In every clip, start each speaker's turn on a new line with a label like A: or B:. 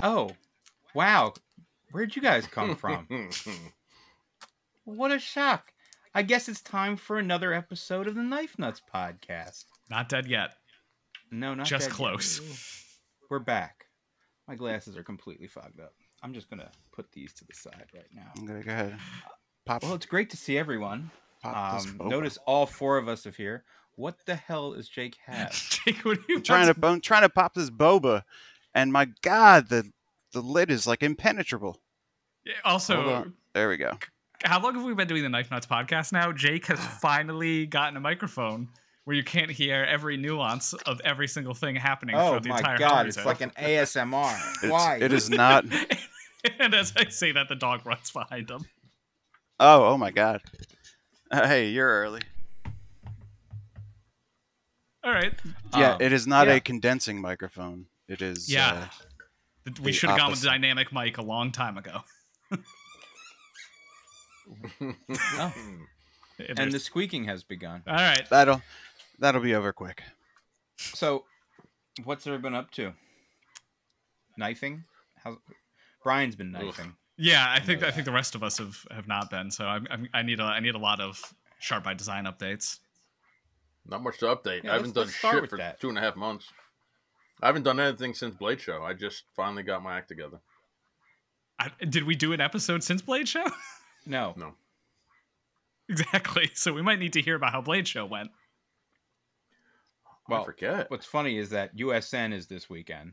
A: Oh, wow, where'd you guys come from? what a shock. I guess it's time for another episode of the Knife Nuts podcast.
B: Not dead yet.
A: No, not
B: Just
A: dead yet.
B: close.
A: We're back. My glasses are completely fogged up. I'm just going to put these to the side right now.
C: Okay, go ahead. Pop,
A: Well, it's great to see everyone.
C: pop this
A: Um,
C: open.
A: notice all four of us are here. What the hell is Jake have?
B: Jake, what are you
C: I'm trying to
B: what's-
C: I'm trying to pop this boba, and my god, the the lid is like impenetrable.
B: Yeah, Also,
C: Hold on. There we go.
B: how long have we been doing the Knife Nuts podcast now? Jake has finally gotten a microphone where you can't hear every nuance of every single thing happening
A: Oh
B: throughout the
A: my
B: entire
A: god, it's
B: episode.
A: like an ASMR.
C: It's,
A: Why?
C: It is not.
B: and as I say that, the dog runs behind him.
C: Oh, oh my god. hey, you're early.
B: All right.
C: Yeah,
A: Um,
C: it is not
A: yeah.
C: a condensing microphone. It is.
B: Yeah.
C: uh,
B: Th- we
C: the
B: should have gone with
C: opposite.
B: dynamic mic a long time ago. If
A: Oh, and
B: there's-
A: the squeaking has begun.
B: All right.
C: that'll that'll be over quick.
A: So, what's everyone been up to? Knifing? How's... Brian's been
D: Oof.
A: knifing.
B: Yeah, I think I think the rest of us have, have not been. So I'm, I'm I need a I need a lot of sharp by design updates.
D: Not much to update.
A: Yeah,
D: I
A: let's-
D: haven't done
A: let's start
D: shit
A: with
D: for
A: that.
D: two and a half months. I haven't done anything since Blade Show. I just finally got my act together.
B: I, did we do an episode since Blade Show?
A: No.
D: No.
B: exactly. So we might need to hear about how Blade Show went.
D: I
A: Well,
D: forget.
A: what's funny is that USN is this weekend.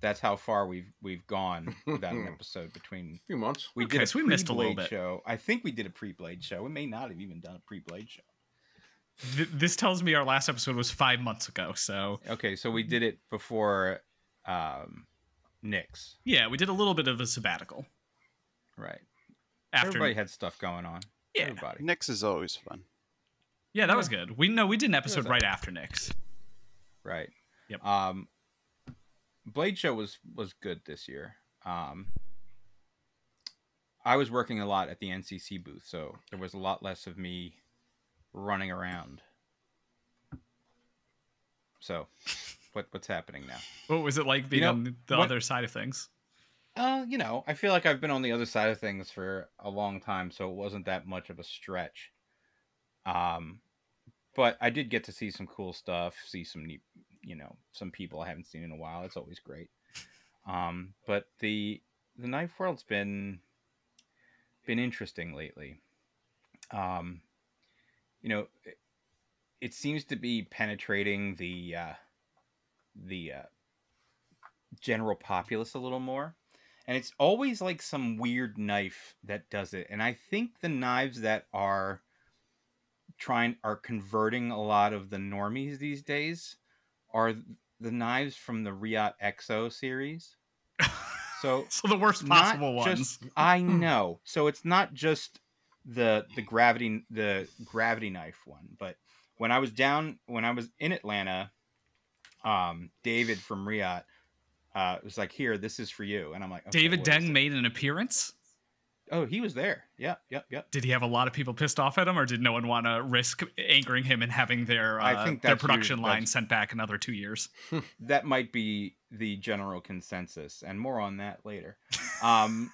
A: That's how far we've we've gone without an episode between.
D: few months.
A: We
B: Okay,
A: did a
B: so we missed a little
A: pre-Blade
B: bit.
A: show. I think we did a pre-blade show. We may not have even done a pre-blade show.
B: Th- this tells me our last episode was five months ago. So
A: Okay, so we did it before um Nick's,
B: yeah, we did a little bit of a sabbatical
A: right?
B: after.
A: Everybody had stuff going on.
B: yeah,
A: Everybody.
C: Nick's is always fun.
B: yeah, that was good. We no, we did an episode
A: was
B: right after Nick's.
A: Right.
B: Yep.
A: Um, Blade Show was was good this year. Um, I was working a lot at the NCC booth, so there was a lot less of me running around. So, what what's happening now?
B: What was it like being
A: know,
B: on the
A: what-
B: other side of things?
A: Uh, you know, I feel like I've been on the other side of things for a long time, so it wasn't that much of a stretch. Um, but I did get to see some cool stuff, see some neat, you know, some people I haven't seen in a while. It's always great. Um, but the the knife world's been been interesting lately. Um, you know, it, it seems to be penetrating the uh, the uh, general populace a little more and it's always like some weird knife that does it and i think the knives that are trying are converting a lot of the normies these days are the knives from the riot exo series so
B: So the worst possible ones.
A: just I know. So it's not just the the gravity the gravity knife one, but when I was down when I was in Atlanta, um, David from Riot uh, was like, "Here, this is for you," and I'm like, "Okay,
B: David
A: what is
B: Deng
A: it?"
B: made an appearance.
A: Oh, he was there. Yep, yep, yep.
B: Did he have a lot of people pissed off at him, or did no one want to risk angering him and having their uh,
A: I think
B: their
A: that's you-
B: production line
A: that's-
B: sent back another two years?
A: That might be the general consensus, and more on that later. Um,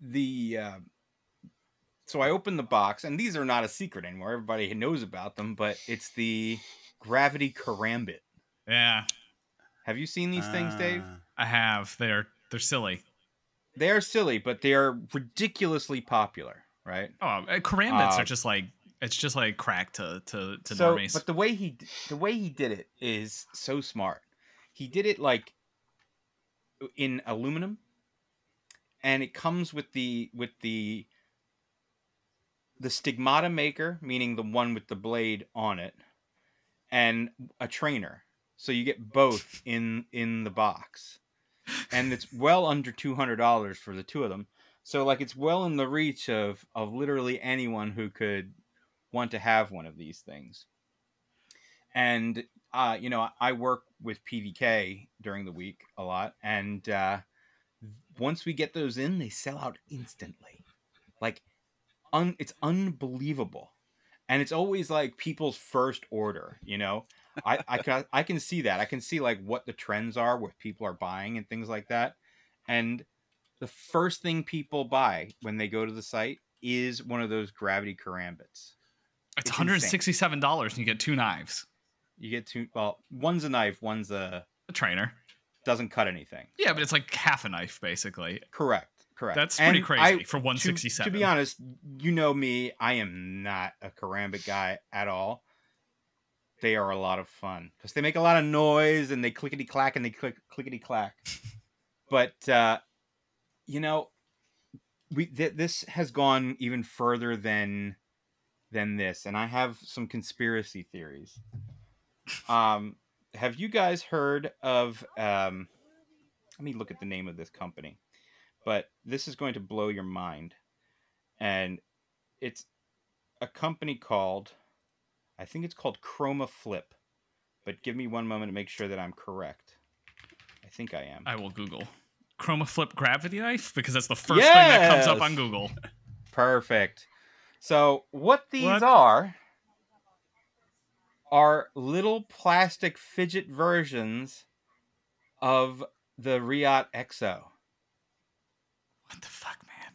A: the uh, so I opened the box, and these are not a secret anymore. Everybody knows about them, but it's the gravity karambit.
B: Yeah,
A: Have you seen these things, Dave?
C: Uh,
B: I have. They're they're silly.
A: They are silly, but they are ridiculously popular, right?
B: Oh, uh, karambits
A: Uh,
B: are just like it's just like crack to to to
A: so,
B: normies.
A: but the way he d- the way he did it is so smart. He did it like in aluminum, and it comes with the with the the stigmata maker, meaning the one with the blade on it, and a trainer. So you get both in in the box, and it's well under two hundred dollars for the two of them. So like it's well in the reach of of literally anyone who could want to have one of these things. And uh, you know, I work with PVK during the week a lot, and uh, once we get those in, they sell out instantly. Like, un- it's unbelievable, and it's always like people's first order. You know, I I can I can see that. I can see like what the trends are, what people are buying, and things like that. And the first thing people buy when they go to the site is one of those gravity karambits.
B: It's
A: It's
B: one hundred sixty-seven dollars, and you get two knives,
A: You get two. Well, one's a knife. One's a
B: a trainer.
A: doesn't cut anything.
B: Yeah, but it's like half a knife basically.
A: Correct. Correct.
B: That's pretty
A: And
B: crazy
A: I-
B: for one
A: to-
B: sixty-seven.
A: To, be honest, you know me. I am not a karambit guy at all. They are a lot of fun because they make a lot of noise and they clickety clack and they click clickety clack. but uh, you know, we th- this has gone even further than than this, and I have some conspiracy theories. Um, have you guys heard of? Um, let me look at the name of this company but this is going to blow your mind. And it's a company called, I think it's called Chroma Flip. But give me one moment to make sure that I'm correct. I think I am.
B: I will Google chroma flip gravity knife because that's the first thing that comes up
A: Yes.
B: on Google.
A: Perfect. So, what these
B: What?
A: are are little plastic fidget versions of the Riot XO.
B: What the fuck, man?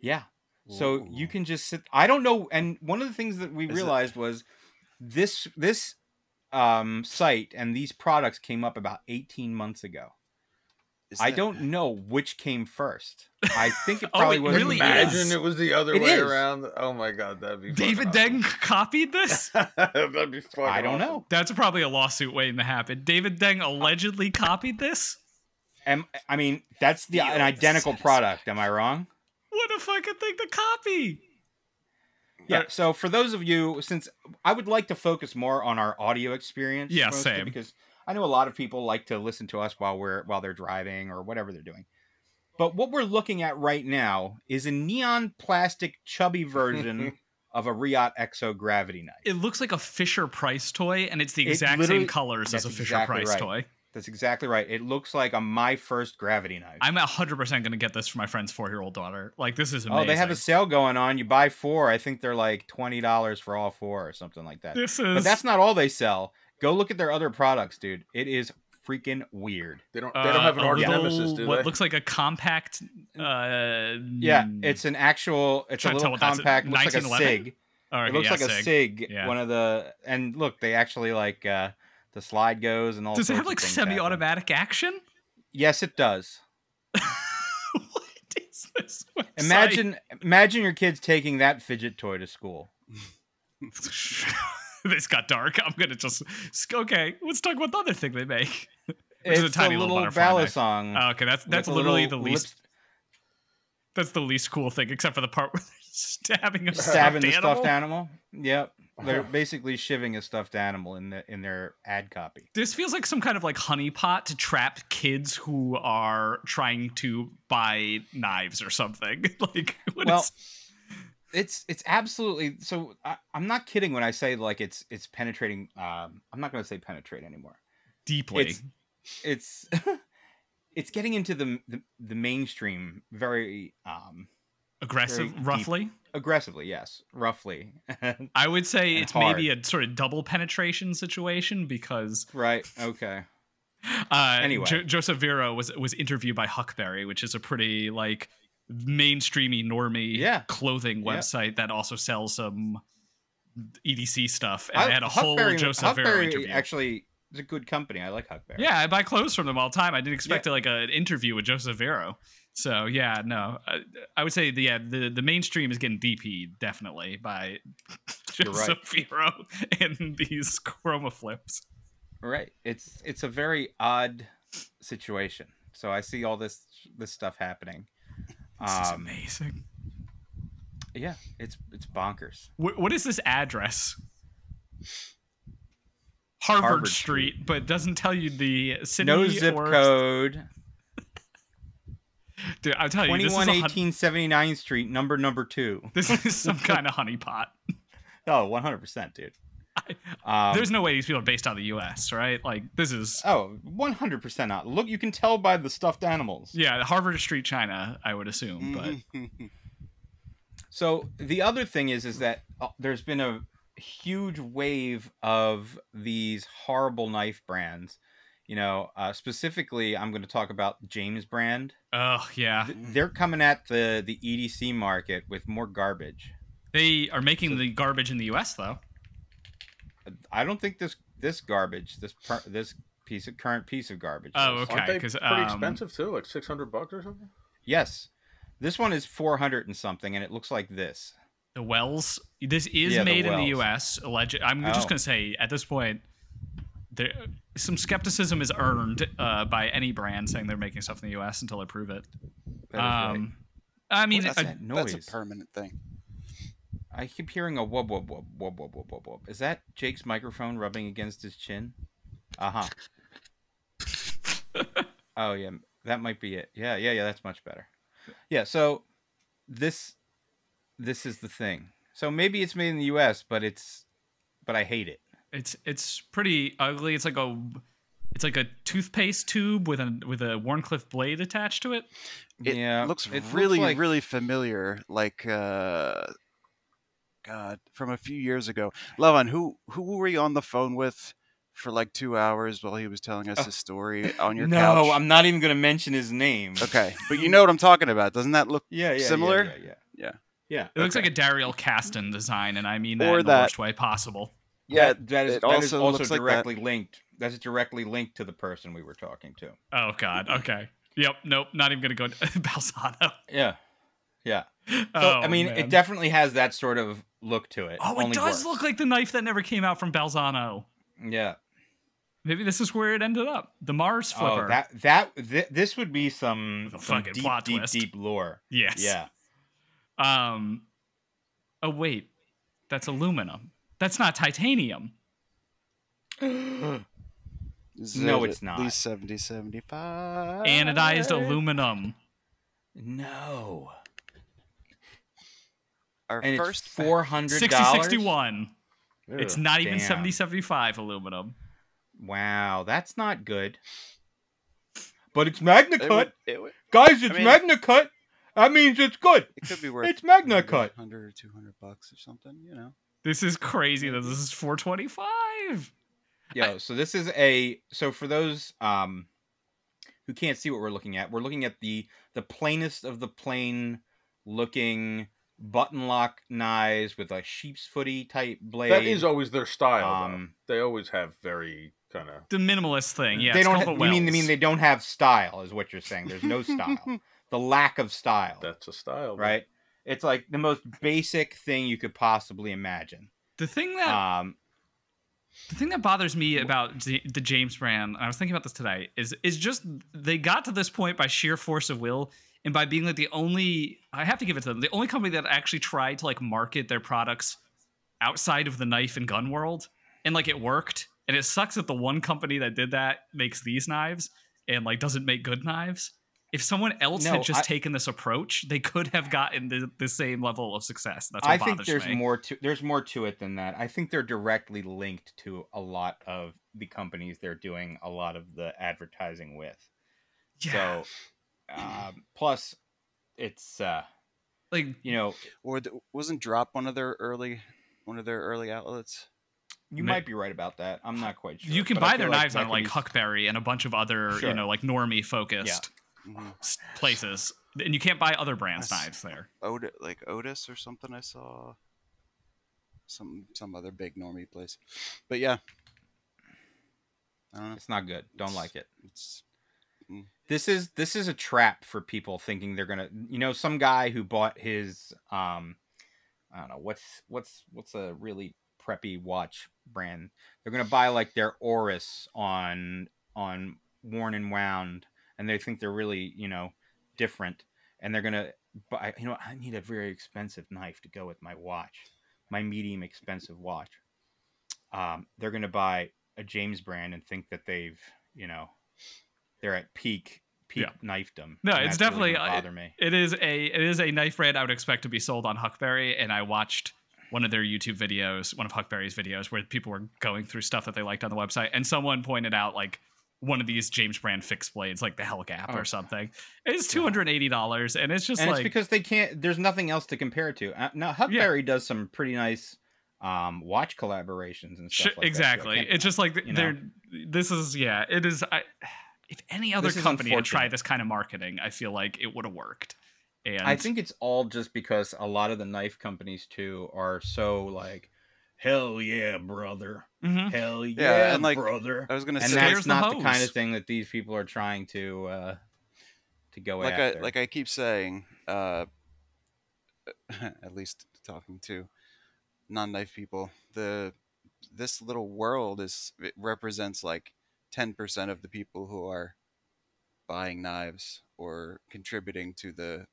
A: Yeah. So you
C: Ooh.
A: can just sit. I don't know. And one of the things that we
C: Is it-
A: realized was this this um, site and these products came up about 18 months ago.
C: Is
A: I
C: that-
A: don't know which came first. I think it
B: Oh,
A: probably
B: it
A: was.
B: really
A: Imagine
D: Imagine
B: is.
A: it-
D: it was the other
A: It
D: way
A: is.
D: around. Oh my god, that'd be
B: David
D: fucking
B: Deng copied this.
D: awesome. that'd be fucking.
A: I don't
D: awesome.
A: know.
B: That's probably a lawsuit waiting to happen. David Deng allegedly copied this.
A: Am, I mean, that's the
B: Feel
A: an
B: the
A: identical
B: satisfaction.
A: product. Am I wrong?
B: What a fucking thing to copy!
A: Yeah.
B: Or-
A: So for those of you, since I would like to focus more on our audio experience,
B: Yeah,
A: mostly,
B: same.
A: Because I know a lot of people like to listen to us while we're while they're driving or whatever they're doing. But what we're looking at right now is a neon plastic chubby version of a Riot Exo Gravity Knife.
B: It looks like a Fisher Price toy, and it's the
A: It
B: exact
A: literally-
B: same colors as
A: that's
B: a Fisher
A: exactly
B: Price
A: right.
B: toy.
A: That's exactly right. It looks like a my first gravity knife.
B: I'm 100% going to get this for my friend's four year old daughter. Like, this is amazing.
A: oh, they have a sale going on. You buy four. I think they're like twenty dollars for all four or something like that.
B: This is.
A: But that's not all they sell. Go look at their other products, dude. It is freaking weird.
D: They don't. They
B: uh,
D: don't have an
B: a
D: arch
B: little-
D: nemesis, do
B: What
D: they?
B: looks like a compact. Uh,
A: Yeah, it's an actual. It's a
B: Trying to
A: little
B: tell what that's-
A: compact. Looks like a
B: 1911?
A: sig.
B: All right,
A: It looks
B: yeah,
A: like a
B: Sig.
A: sig.
B: Yeah.
A: One of the and look, they actually like uh the slide goes and all.
B: Does it
A: sorts
B: have
A: of
B: like
A: things happen.
B: semi automatic action?
A: Yes, it does.
B: what is this? website?
A: Imagine, imagine your kids taking that fidget toy to school.
B: this got dark. I'm gonna just okay. Let's talk about the other thing they make. Which is a
A: it's
B: tiny little
A: little,
B: butterfly
A: balla
B: knife.
A: song.
B: Oh, okay, that's
A: with
B: that's
A: a
B: literally
A: little
B: the least.
A: lips-
B: That's the least cool thing, except for the part where they're stabbing a
A: stabbing the
B: stuffed animal.
A: stuffed animal. Yep, they're basically shivving a stuffed animal in the in their ad copy.
B: This feels like some kind of like honeypot to trap kids who are trying to buy knives or something. like, what
A: well,
B: is-
A: it's it's absolutely so. I, I'm not kidding when I say like it's it's penetrating. Um, I'm not going to say penetrate anymore.
B: deeply.
A: it's- It's it's getting into the the, the mainstream very um,
B: aggressive,
A: very deep.
B: roughly.
A: aggressively. Yes, roughly.
B: I would say
A: and
B: it's maybe a sort of double penetration situation because
A: right. Okay.
B: Uh,
A: Anyway.
B: Jo- Joseph Vero was was interviewed by Huckberry, which is a pretty like mainstreamy normie
A: Yeah.
B: clothing
A: Yeah.
B: website that also sells some EDC stuff, and
A: I-
B: they had a whole
A: Huckberry-
B: Joseph Vero
A: Huckberry
B: interview.
A: Actually, is a good company. I like Huckberry.
B: yeah, I buy clothes from them all the time. I didn't expect like an interview with Joseph Vero. So yeah, no, I, I would say the, yeah, the the mainstream is getting DP definitely by
A: You're right.
B: Joseph Vero and these chroma flips.
A: Right. It's it's a very odd situation. So I see all this this stuff happening.
B: This is
A: Um,
B: amazing.
A: yeah, it's it's bonkers.
B: Wh- what is this address? Harvard,
A: Harvard
B: Street, but doesn't tell you the city
A: No zip
B: or
A: code.
B: Dude, I'm telling you, this is, a hun-
A: 2118 79th Street, number number two.
B: this is some kind of honeypot.
A: Oh, 100%, dude.
B: I-
A: Um,
B: There's no way these people are based out of the U.S., right? Like this is
A: oh, 100% not. Look, you can tell by the stuffed animals.
B: yeah, Harvard Street, China, I would assume. But
A: Mm-hmm. So the other thing is, is that uh, there's been a huge wave of these horrible knife brands You know, uh, specifically, I'm going to talk about James Brand.
B: Oh yeah,
A: Th- They're coming at the the EDC market with more garbage.
B: they are making the garbage in the U.S. though.
A: I don't think this this garbage, this per, this piece of current piece of garbage.
B: Oh,
A: is.
B: okay,
D: Aren't they
B: 'cause,
D: pretty
B: um,
D: expensive too? Like six hundred bucks or something.
A: Yes, this one is 400 and something, and it looks like this.
B: The Wells. This is
A: Yeah, the
B: made in the
A: Wells.
B: U.S. Alleged. I'm just
A: Oh.
B: gonna say at this point, there some skepticism is earned uh, by any brand saying they're making stuff in the U.S. until they prove it.
A: That is
B: Um, I mean,
A: What's
B: uh,
A: that
C: That's
A: noise?
C: a permanent thing.
A: I keep hearing a wub wub wub wub wub wub wub wub. Is that Jake's microphone rubbing against his chin? Uh huh. oh yeah, that might be it. Yeah, yeah, yeah. That's much better. Yeah. So this this is the thing. So maybe it's made in the U.S., but it's but I hate it.
B: it's it's pretty ugly. It's like a it's like a toothpaste tube with a with a Warncliffe blade attached to it.
C: It
A: yeah,
C: looks
A: it
C: really,
A: like-
C: really familiar. Like, uh, God, from a few years ago. Levon, who who were you on the phone with for like two hours while he was telling us
A: Oh.
C: his story on your
A: no.
C: couch?
A: I'm not even gonna mention his name.
C: Okay, but you know what I'm talking about. Doesn't that look?
A: Yeah. yeah
C: Similar?
A: Yeah. Yeah. Yeah.
C: Yeah.
A: yeah.
B: It looks
C: Okay.
B: like a Daryl Caston design, and I mean that
C: Or
B: in the
C: that-
B: worst way possible.
C: Yeah,
A: that, that is
C: it
A: that is
C: also
A: also
C: looks like that.
A: directly linked. That's directly linked to the person we were talking to.
B: Oh God. Okay. Yep. Nope. Not even gonna go Balsado.
A: Yeah. Yeah. So,
B: oh,
A: I mean, it
B: man.
A: definitely has that sort of look to it.
B: Oh, it
A: only
B: does
A: worse.
B: look like the knife that never came out from Balzano.
A: Yeah.
B: Maybe this is where it ended up. The Mars flipper.
A: Oh, that that th- this would be some,
B: The
A: some
B: fucking
A: deep,
B: plot
A: deep,
B: twist.
A: deep lore.
B: yes.
A: Yeah.
B: Um. Oh wait, that's aluminum. That's not titanium.
A: No, it's not.
C: At least 70, 75.
B: Anodized aluminum.
A: No.
C: Our
A: And
C: first
A: it's four hundred
B: Sixty
A: dollars.
B: sixty one. It's
D: Ugh.
B: not even
A: damn.
B: seventy seventy five aluminum.
A: Wow, that's not good. But it's Magna
C: It,
A: Cut,
C: would- it would-
A: guys. It's
C: mean-
A: Magna Cut. That means it's good.
C: it could be worth
A: It's Magna
C: 100,
A: Cut.
C: 100 or 200 bucks or something, you know.
B: This is crazy that this is four twenty five.
A: Yo, so this is a so for those um who can't see what we're looking at, we're looking at the the plainest of the plain looking button lock knives with a sheep's footy type blade.
D: That is always their style. though.
A: um
D: They always have very kind of.
B: The minimalist thing. Yeah.
A: they
B: it's
A: don't
B: called the
A: ha- you mean you mean
B: Wells.
A: they don't have style is what you're saying. There's no style. the lack of style,
D: That's a style. though.
A: right? It's like the most basic thing you could possibly imagine.
B: The thing that
A: Um
B: The thing that bothers me about the, the James brand, and I was thinking about this today, is is just they got to this point by sheer force of will and by being like the only I have to give it to them, the only company that actually tried to like market their products outside of the knife and gun world. And like it worked. And it sucks that the one company that did that makes these knives and like doesn't make good knives. If someone else
A: No,
B: had just
A: I-
B: taken this approach, they could have gotten the, the same level of success. That's what
A: I think
B: bothers
A: there's
B: me.
A: more to there's more to it than that. I think they're directly linked to a lot of the companies they're doing a lot of the advertising with.
B: yeah.
A: So um, plus it's uh,
B: like
A: you know
C: Or th- wasn't Drop one of their early one of their early outlets?
A: you
B: Ma-
A: might be right about that. I'm not quite sure.
B: you can
A: but I
B: buy
A: feel
B: their
A: like
B: knives
A: that
B: on
A: could
B: like
A: be-
B: Huckberry and a bunch of other,
A: Sure.
B: you know, like normie focused
C: Mhm.
B: places. And you can't buy other brands'
C: That's-
B: knives there.
C: Od- like Otis or something I saw. Some some other big normie place. But yeah. I don't know.
A: It's not good. Don't like it.
C: It's
A: This is this is a trap for people thinking they're gonna you know some guy who bought his um I don't know what's what's what's a really preppy watch brand they're gonna buy like their Oris on on worn and wound and they think they're really you know different and they're gonna buy you know I need a very expensive knife to go with my watch my medium expensive watch um, they're gonna buy a James brand and think that they've you know they're at peak peak
B: Yeah.
A: knifedom
B: No,
A: and
B: it's
A: that's
B: definitely-
A: really gonna
B: I-
A: bother me
B: It is a it is a knife brand I would expect to be sold on Huckberry, and I watched one of their YouTube videos, one of Huckberry's videos, where people were going through stuff that they liked on the website, and someone pointed out like one of these James Brand fixed blades, like the Hell Gap
A: Oh.
B: or something. It's two hundred and eighty dollars, and it's just
A: and
B: like
A: it's because they can't. There's nothing else to compare it to. Uh, now Huckberry does some pretty nice um, watch collaborations and
B: Sh-
A: stuff like
B: exactly.
A: that. So I can't-
B: it's just like
A: you know.
B: they're. This is yeah. It is. I, if any other
A: This is
B: company had tried
A: unfortunate.
B: this kind of marketing, I feel like it would have worked. And
A: I think it's all just because a lot of the knife companies too are so like, hell yeah, brother,
B: Mhm.
A: hell yeah,
C: Yeah, and, like,
A: brother,
C: I was gonna
A: and
C: say
B: scares
A: that's
B: the
A: not the, kind
B: hoes.
A: of thing that these people are trying to uh, to go
C: like
A: after.
C: I like I keep saying, uh, at least talking to non-knife people, the this little world is it represents like ten percent of the people who are buying knives or contributing to the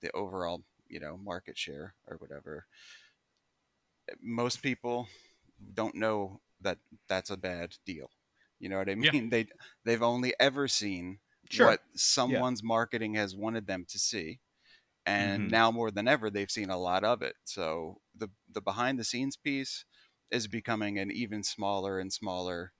C: the overall you know market share or whatever. eh, Most people don't know that that's a bad deal. You know what I
B: Yeah.
C: mean? They they've only ever seen
A: sure,
C: what someone's marketing has wanted them to see. And
A: Mhm.
C: now more than ever, they've seen a lot of it. So the the behind the scenes piece is becoming an even smaller and smaller,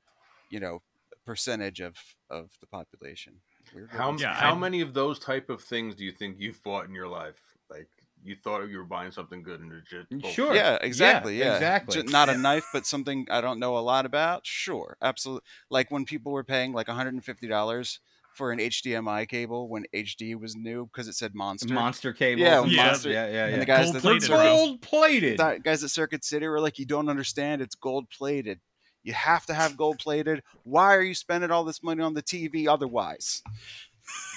C: you know, percentage of of the population. Weird
D: How,
C: world.
B: Yeah,
D: how
B: I-
D: many of those type of things do you think you've bought in your life? Like you thought you were buying something good and it just bullshit.
A: Mm, Sure.
C: Yeah, exactly. Yeah,
A: exactly.
C: Ju- not a knife, but something I don't know a lot about. Sure, absolutely. Like when people were paying like one hundred and fifty dollars for an HDMI cable when HD was new because it said monster.
A: monster cables,
C: Yeah,
A: and
B: Yeah.
A: monster,
C: monster-
A: yeah, yeah, yeah.
C: and the guys that
B: Gold-plated,
C: Circuit-
B: bro.
A: gold plated.
C: that guys at Circuit City were like, you don't understand. It's gold plated. You have to have gold plated. Why are you spending all this money on the TV otherwise?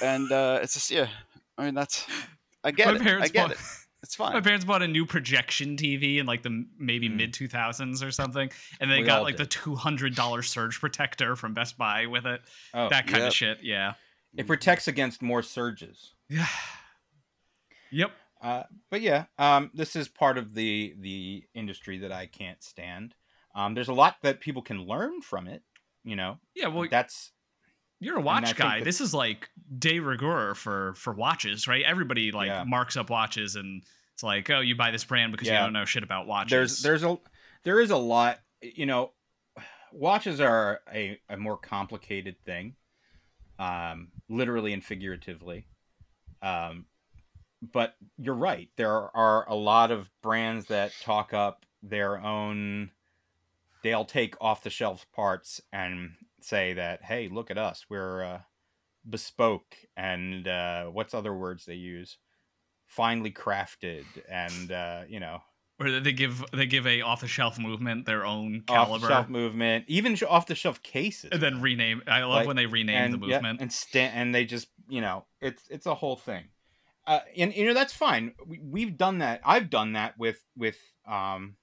C: And uh, it's just yeah. I mean that's I get
B: my
C: it.
B: parents
C: I get
B: bought
C: it. It's
B: my
C: fine.
B: parents bought a new projection TV in like the m- maybe
A: Mm.
B: mid two thousands or something, and they
A: We
B: got
A: all
B: like the
A: did.
B: two hundred dollar surge protector from Best Buy with it.
A: oh,
B: that kind
C: Yep.
B: of shit. Yeah.
A: it protects against more surges.
B: Yeah. Yep.
A: Uh, but yeah, um, this is part of the the industry that I can't stand. Um, there's a lot that people can learn from it. You know,
B: Yeah. Well,
A: that's
B: You're a
A: I
B: watch
A: think
B: guy.
A: that-
B: This is like de rigueur for for watches, right? Everybody like
A: Yeah.
B: marks up watches, and it's like, oh, you buy this brand because you
A: Yeah.
B: don't know shit about watches.
A: there's there's a there is a lot. You know, watches are a, a more complicated thing, um, literally and figuratively. Um, but you're right. There are a lot of brands that talk up their own. They'll take off the shelf parts and say that, "Hey, look at us. We're uh, bespoke and uh, what's other words they use? Finely crafted and uh, you know
B: or they give they give a off the shelf movement their own
A: off the
B: caliber,
A: shelf movement, even off the shelf cases,
B: and then rename. I love
A: Like,
B: when they rename
A: and,
B: the
A: yeah,
B: movement.
A: and sta- and they just you know it's it's a whole thing, uh, and you know that's fine. We, we've done that. I've done that with with um,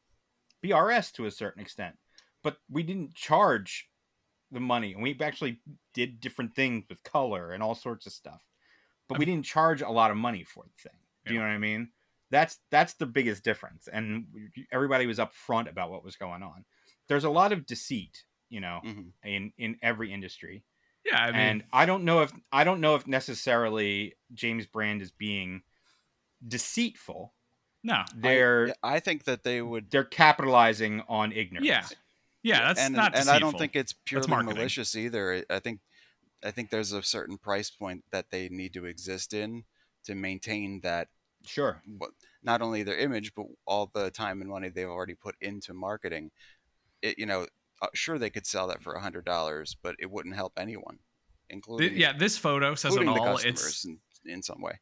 A: BRS to a certain extent, but we didn't charge the money, and we actually did different things with color and all sorts of stuff, but we didn't charge a lot of money for the thing. Do you know what I mean? That's that's the biggest difference, and everybody was upfront about what was going on. There's a lot of deceit, you know,
B: Mm.
C: Mhm.
A: in in every industry,
B: yeah, I mean,
A: and I don't know if I don't know if necessarily James Brand is being deceitful.
B: no,
A: They're
C: I think that they would
A: they're capitalizing on ignorance.
B: Yeah. yeah, that's
C: and,
B: not.
C: and I don't
B: deceitful.
C: think it's purely
B: marketing.
C: malicious either. I I think I think there's a certain price point that they need to exist in to maintain that
A: sure.
C: what not only their image but all the time and money they've already put into marketing. It, you know, uh, sure they could sell that for a hundred dollars, but it wouldn't help anyone,
B: Th-
C: including
B: yeah, this photo says it
C: including the
B: all.
C: customers
B: It's
C: in, in some way.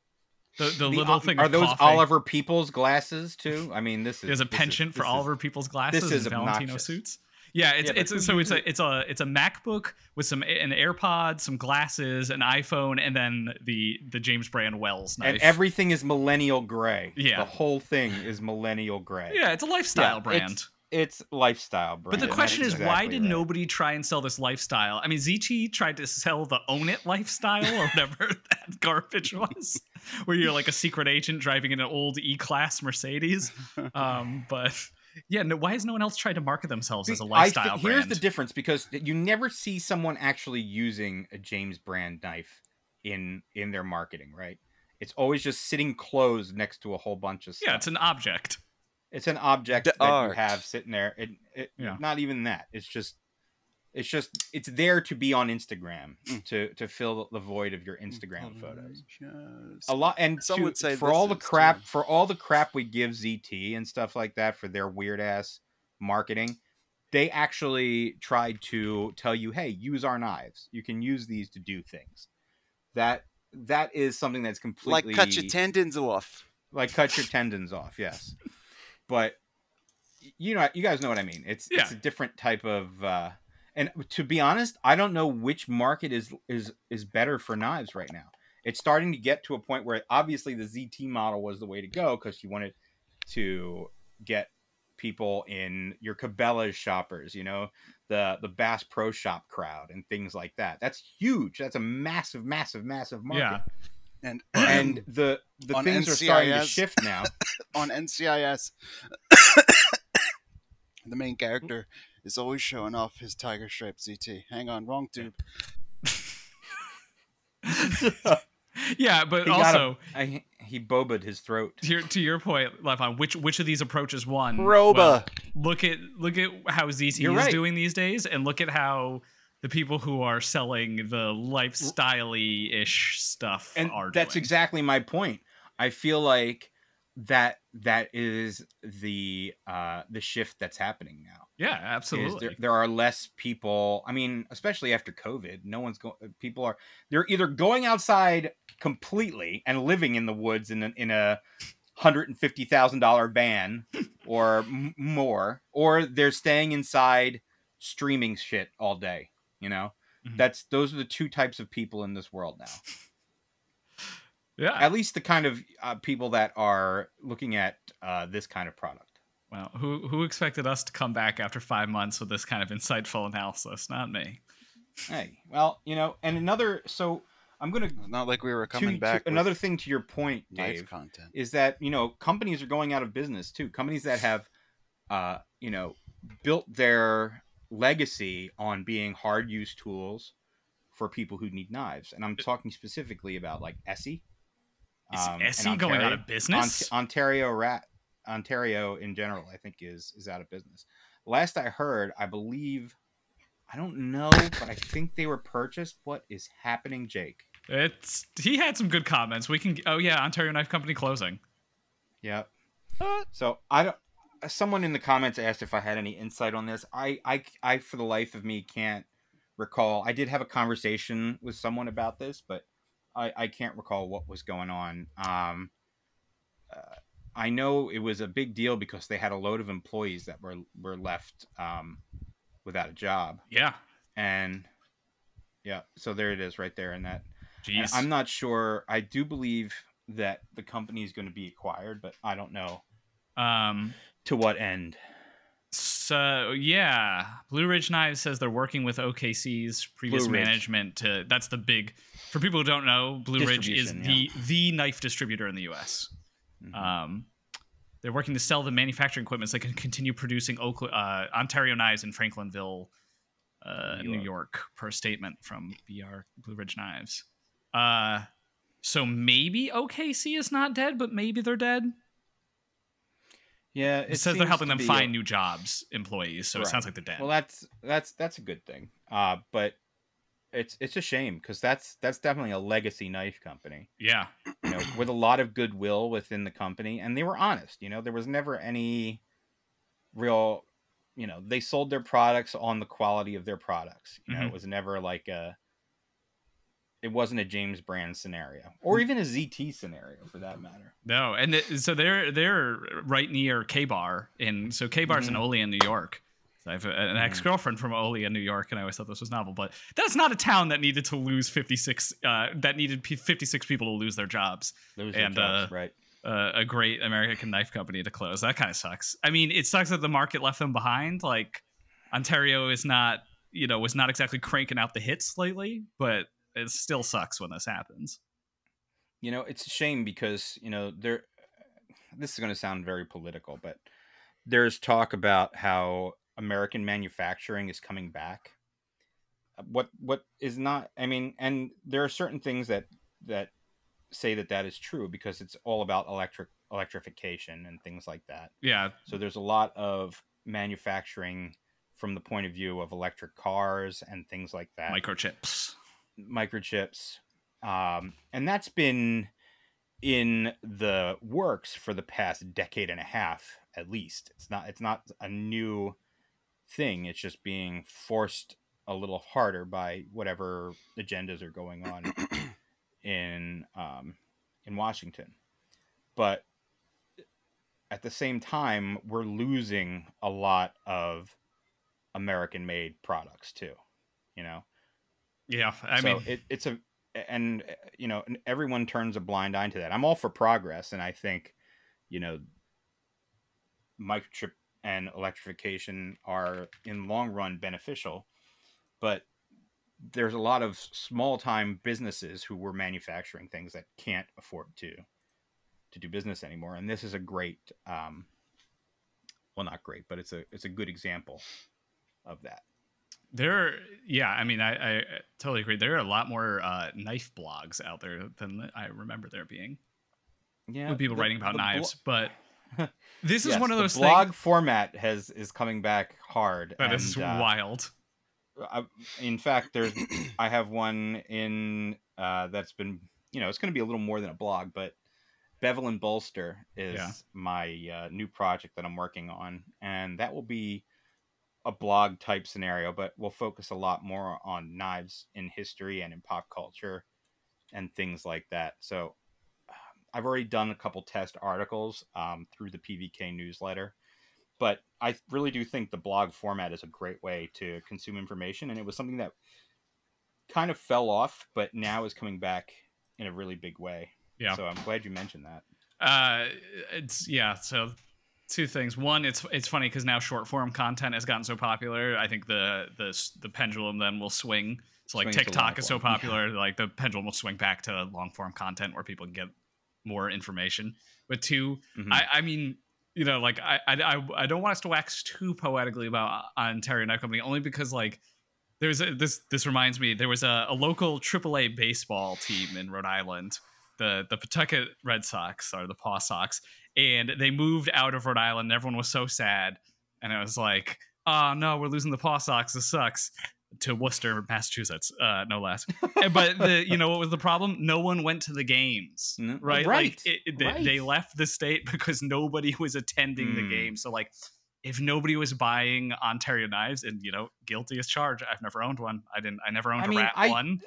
B: the, the,
A: The
B: little
A: Ol-
B: thing.
A: Are
B: of
A: those
B: coffee.
A: Oliver Peoples glasses too? I mean, this is
B: There's a
A: this is-
B: penchant for
A: this is-
B: Oliver people's glasses
A: is
B: and Valentino
A: obnoxious.
B: suits. Yeah, it's
A: Yeah, but who
B: it's so it's
A: uses
B: a it's a it's a MacBook with some an AirPod, some glasses, an iPhone, and then the the James Brand Wells knife.
A: And everything is millennial gray.
B: Yeah.
A: the whole thing is millennial gray.
B: yeah, it's a lifestyle
A: Yeah,
B: brand.
A: it's- It's lifestyle
B: but
A: brand.
B: the
C: Yeah,
B: question is,
A: That's
B: why
A: exactly
B: did
A: right.
B: nobody try and sell this lifestyle? I mean, ZT tried to sell the own it lifestyle or whatever that garbage was, where you're like a secret agent driving in an old E class Mercedes. Um, but yeah, no, why has no one else tried to market themselves as a
A: I thi-
B: lifestyle brand?
A: Here's the difference because you never see someone actually using a James Brand knife in in their marketing, right? It's always just sitting closed next to a whole bunch of stuff.
B: Yeah, it's an object.
A: it's an object
C: The
A: that you
C: art.
A: have sitting there. It, it
B: Yeah.
A: not even that. It's just it's just it's there to be on Instagram
C: Mm.
A: to to fill the void of your
B: Mm.
A: Instagram photos.
C: Yes.
A: a lot and
C: Some
A: to-
C: would say
A: for
C: this
A: all the
C: is
A: crap
C: too.
A: for all the crap we give ZT and stuff like that for their weird ass marketing, they actually tried to tell you, "Hey, use our knives. You can use these to do things." That that is something that's
C: Like
A: completely
C: cut your tendons off.
A: like cut your tendons off. Yes, but y- you know, you guys know what I mean. It's it's
B: Yeah.
A: a different type of. Uh, and to be honest, I don't know which market is is is better for knives right now. It's starting to get to a point where obviously the ZT model was the way to go because you wanted to get people in your Cabela's shoppers, you know, the the Bass Pro Shop crowd and things like that. That's huge. That's a massive, massive, massive market
B: Yeah.
C: And
A: and the the
C: On
A: things are starting to
C: NCIS.
A: shift now.
C: on NCIS, the main character is always showing off his tiger stripe ZT. Hang on, wrong tube.
B: yeah, but
A: He got a-
B: also
A: I, he bobaed his throat.
B: to your, to your point, Levon, which which of these approaches won?
A: Mm,
C: Roba.
B: Well, look at look at how ZT
A: You're
B: is
A: right.
B: doing these days, and look at how the people who are selling the lifestyle ish stuff
A: And
B: are
A: that's
B: doing.
A: exactly my point. I feel like that that is the uh the shift that's happening now.
B: yeah,
A: Is
B: absolutely.
A: there, there are less people. I mean, especially after COVID, no one's going. People are they're either going outside completely and living in the woods in a, in a hundred and fifty thousand dollar van or m- more, or they're staying inside streaming shit all day. You know,
B: Mhm.
A: that's those are the two types of people in this world now
B: yeah.
A: at least the kind of uh, people that are looking at uh, this kind of product.
B: Well, who who expected us to come back after five months with this kind of insightful analysis? Not me.
A: Hey, well, you know, and another. So I'm going to
C: Not like we were coming back. with
A: another thing to your point,
C: knife
A: Dave,
C: content.
A: is that you know companies are going out of business too. Companies that have, uh, you know, built their legacy on being hard use tools for people who need knives, and I'm talking specifically about like Essie.
B: Is
A: um, and
B: Essie going out
A: Ontario.
B: of business?
A: Ont- Ontario rat Ontario in general, I think is is out of business. Last I heard, I believe I don't know, but I think they were purchased. What is happening, Jake?
B: it's he had some good comments. We can. Oh yeah, Ontario Knife Company closing.
A: Yep. So I don't. Someone in the comments asked if I had any insight on this. I, I, I, for the life of me, can't recall. I did have a conversation with someone about this, but I, I can't recall what was going on. Um, uh, I know it was a big deal because they had a load of employees that were were left um, without a job,
B: Yeah.
A: and yeah, so there it is, right there in that and
B: Jeez.
A: I'm not sure. I do believe that the company is going to be acquired, but I don't know
B: um.
A: to what end.
B: So yeah, Blue Ridge Knives says they're working with OKC's previous
A: Blue Ridge.
B: management to. That's the big. For people who don't know, Blue Ridge is
A: Distribution,
B: the the knife distributor in the U.S.
A: Mhm.
B: Um, they're working to sell the manufacturing equipment so they can continue producing Oakland, uh, Ontario knives in Franklinville, uh,
A: New
B: New, York. per statement from BR Blue Ridge Knives. Uh, so maybe OKC is not dead, but maybe they're dead.
A: yeah,
B: It, says they're
A: seems
B: helping
A: to
B: them
A: be a-
B: find new jobs, employees. So
A: Right.
B: it sounds like they're dead.
A: Well, that's that's that's a good thing. Uh, but it's it's a shame because that's that's definitely a legacy knife company,
B: yeah.
A: you know, with a lot of goodwill within the company, and they were honest. You know, there was never any real, you know, they sold their products on the quality of their products. You know,
B: Mhm.
A: it was never like a. It wasn't a James Brand scenario,
B: Mm.
A: or even a ZT scenario for that matter.
B: No, and it, so they're they're right near K Bar, and so K Bar's in Olean, New York. So I have a- an
A: Mhm.
B: ex girlfriend from Olean, New York, and I always thought this was novel. But that's not a town that needed to lose fifty six uh, that needed p- fifty six people to lose their jobs.
A: Those are
B: And,
A: jobs,
B: uh,
A: right?
B: Uh, a great American knife company to close. That kind of sucks. I mean, it sucks that the market left them behind. Like Ontario is not you know was not exactly cranking out the hits lately, but it still sucks when this happens.
A: you know it's a shame because you know there this is going to sound very political but there's talk about how american manufacturing is coming back Uh, what what is not i mean and there are certain things that that say that that is true because it's all about electric electrification and things like that
B: Yeah,
A: so there's a lot of manufacturing from the point of view of electric cars and things like that
B: microchips.
A: microchips um, and that's been in the works for the past decade and a half at least. It's not it's not a new thing. It's just being forced a little harder by whatever agendas are going on in um, in Washington. But at the same time, we're losing a lot of American made products too. You know,
B: Yeah, I
A: so
B: mean,
A: it, it's a and uh, you know and everyone turns a blind eye to that. I'm all for progress, and I think you know microchip and electrification are in long run beneficial, but there's a lot of small time businesses who were manufacturing things that can't afford to to do business anymore, and this is a great um, well not great, but it's a it's a good example of that.
B: there. Are, yeah, I mean, I, I totally agree. There are a lot more uh, knife blogs out there than I remember there being
A: Yeah,
B: with people
A: the-
B: writing about
A: the blo-
B: knives. but this is
A: Yes,
B: one of
A: the
B: those
A: blog
B: things
A: format has is coming back hard.
B: that is
A: and, uh,
B: wild.
A: I, in fact, there's I have one in uh, that's been you know it's going to be a little more than a blog, but Bevel and Bolster is
B: Yeah.
A: my uh, new project that I'm working on, and that will be a blog type scenario, but we'll focus a lot more on knives in history and in pop culture and things like that. So um, I've already done a couple test articles um, through the PVK newsletter, but I really do think the blog format is a great way to consume information, and it was something that kind of fell off, but now is coming back in a really big way.
B: Yeah.
A: So I'm glad you mentioned that.
B: Uh, it's yeah. So two things. One, it's it's funny because now short form content has gotten so popular. I think the the s- the pendulum then will swing. So like
A: Swing to long
B: TikTok is so
A: form, yeah.
B: popular, like the pendulum will swing back to long form content where people can get more information. But two,
A: Mhm.
B: I, I mean, you know, like I, I, I, I don't want us to wax too poetically about uh, Ontario Knife Company, only because like there's a, this. This reminds me, there was a, a local AAA baseball team in Rhode Island, the the Pawtucket Red Sox or the Paw Sox, and they moved out of Rhode Island. And everyone was so sad, and I was like, oh no, we're losing the Paw Sox. This sucks. To Worcester, Massachusetts, uh, no less. And- but the, you know what was the problem? No one went to the games,
A: Mm,
B: right?
A: right,
B: Like, it, it- they,
A: right.
B: they left the state because nobody was attending the
A: Hmm.
B: game. So like, if nobody was buying Ontario knives, and you know, guilty as charged. I've never owned one. I didn't. I never owned
A: I
B: a
A: mean,
B: rat
A: I-
B: one.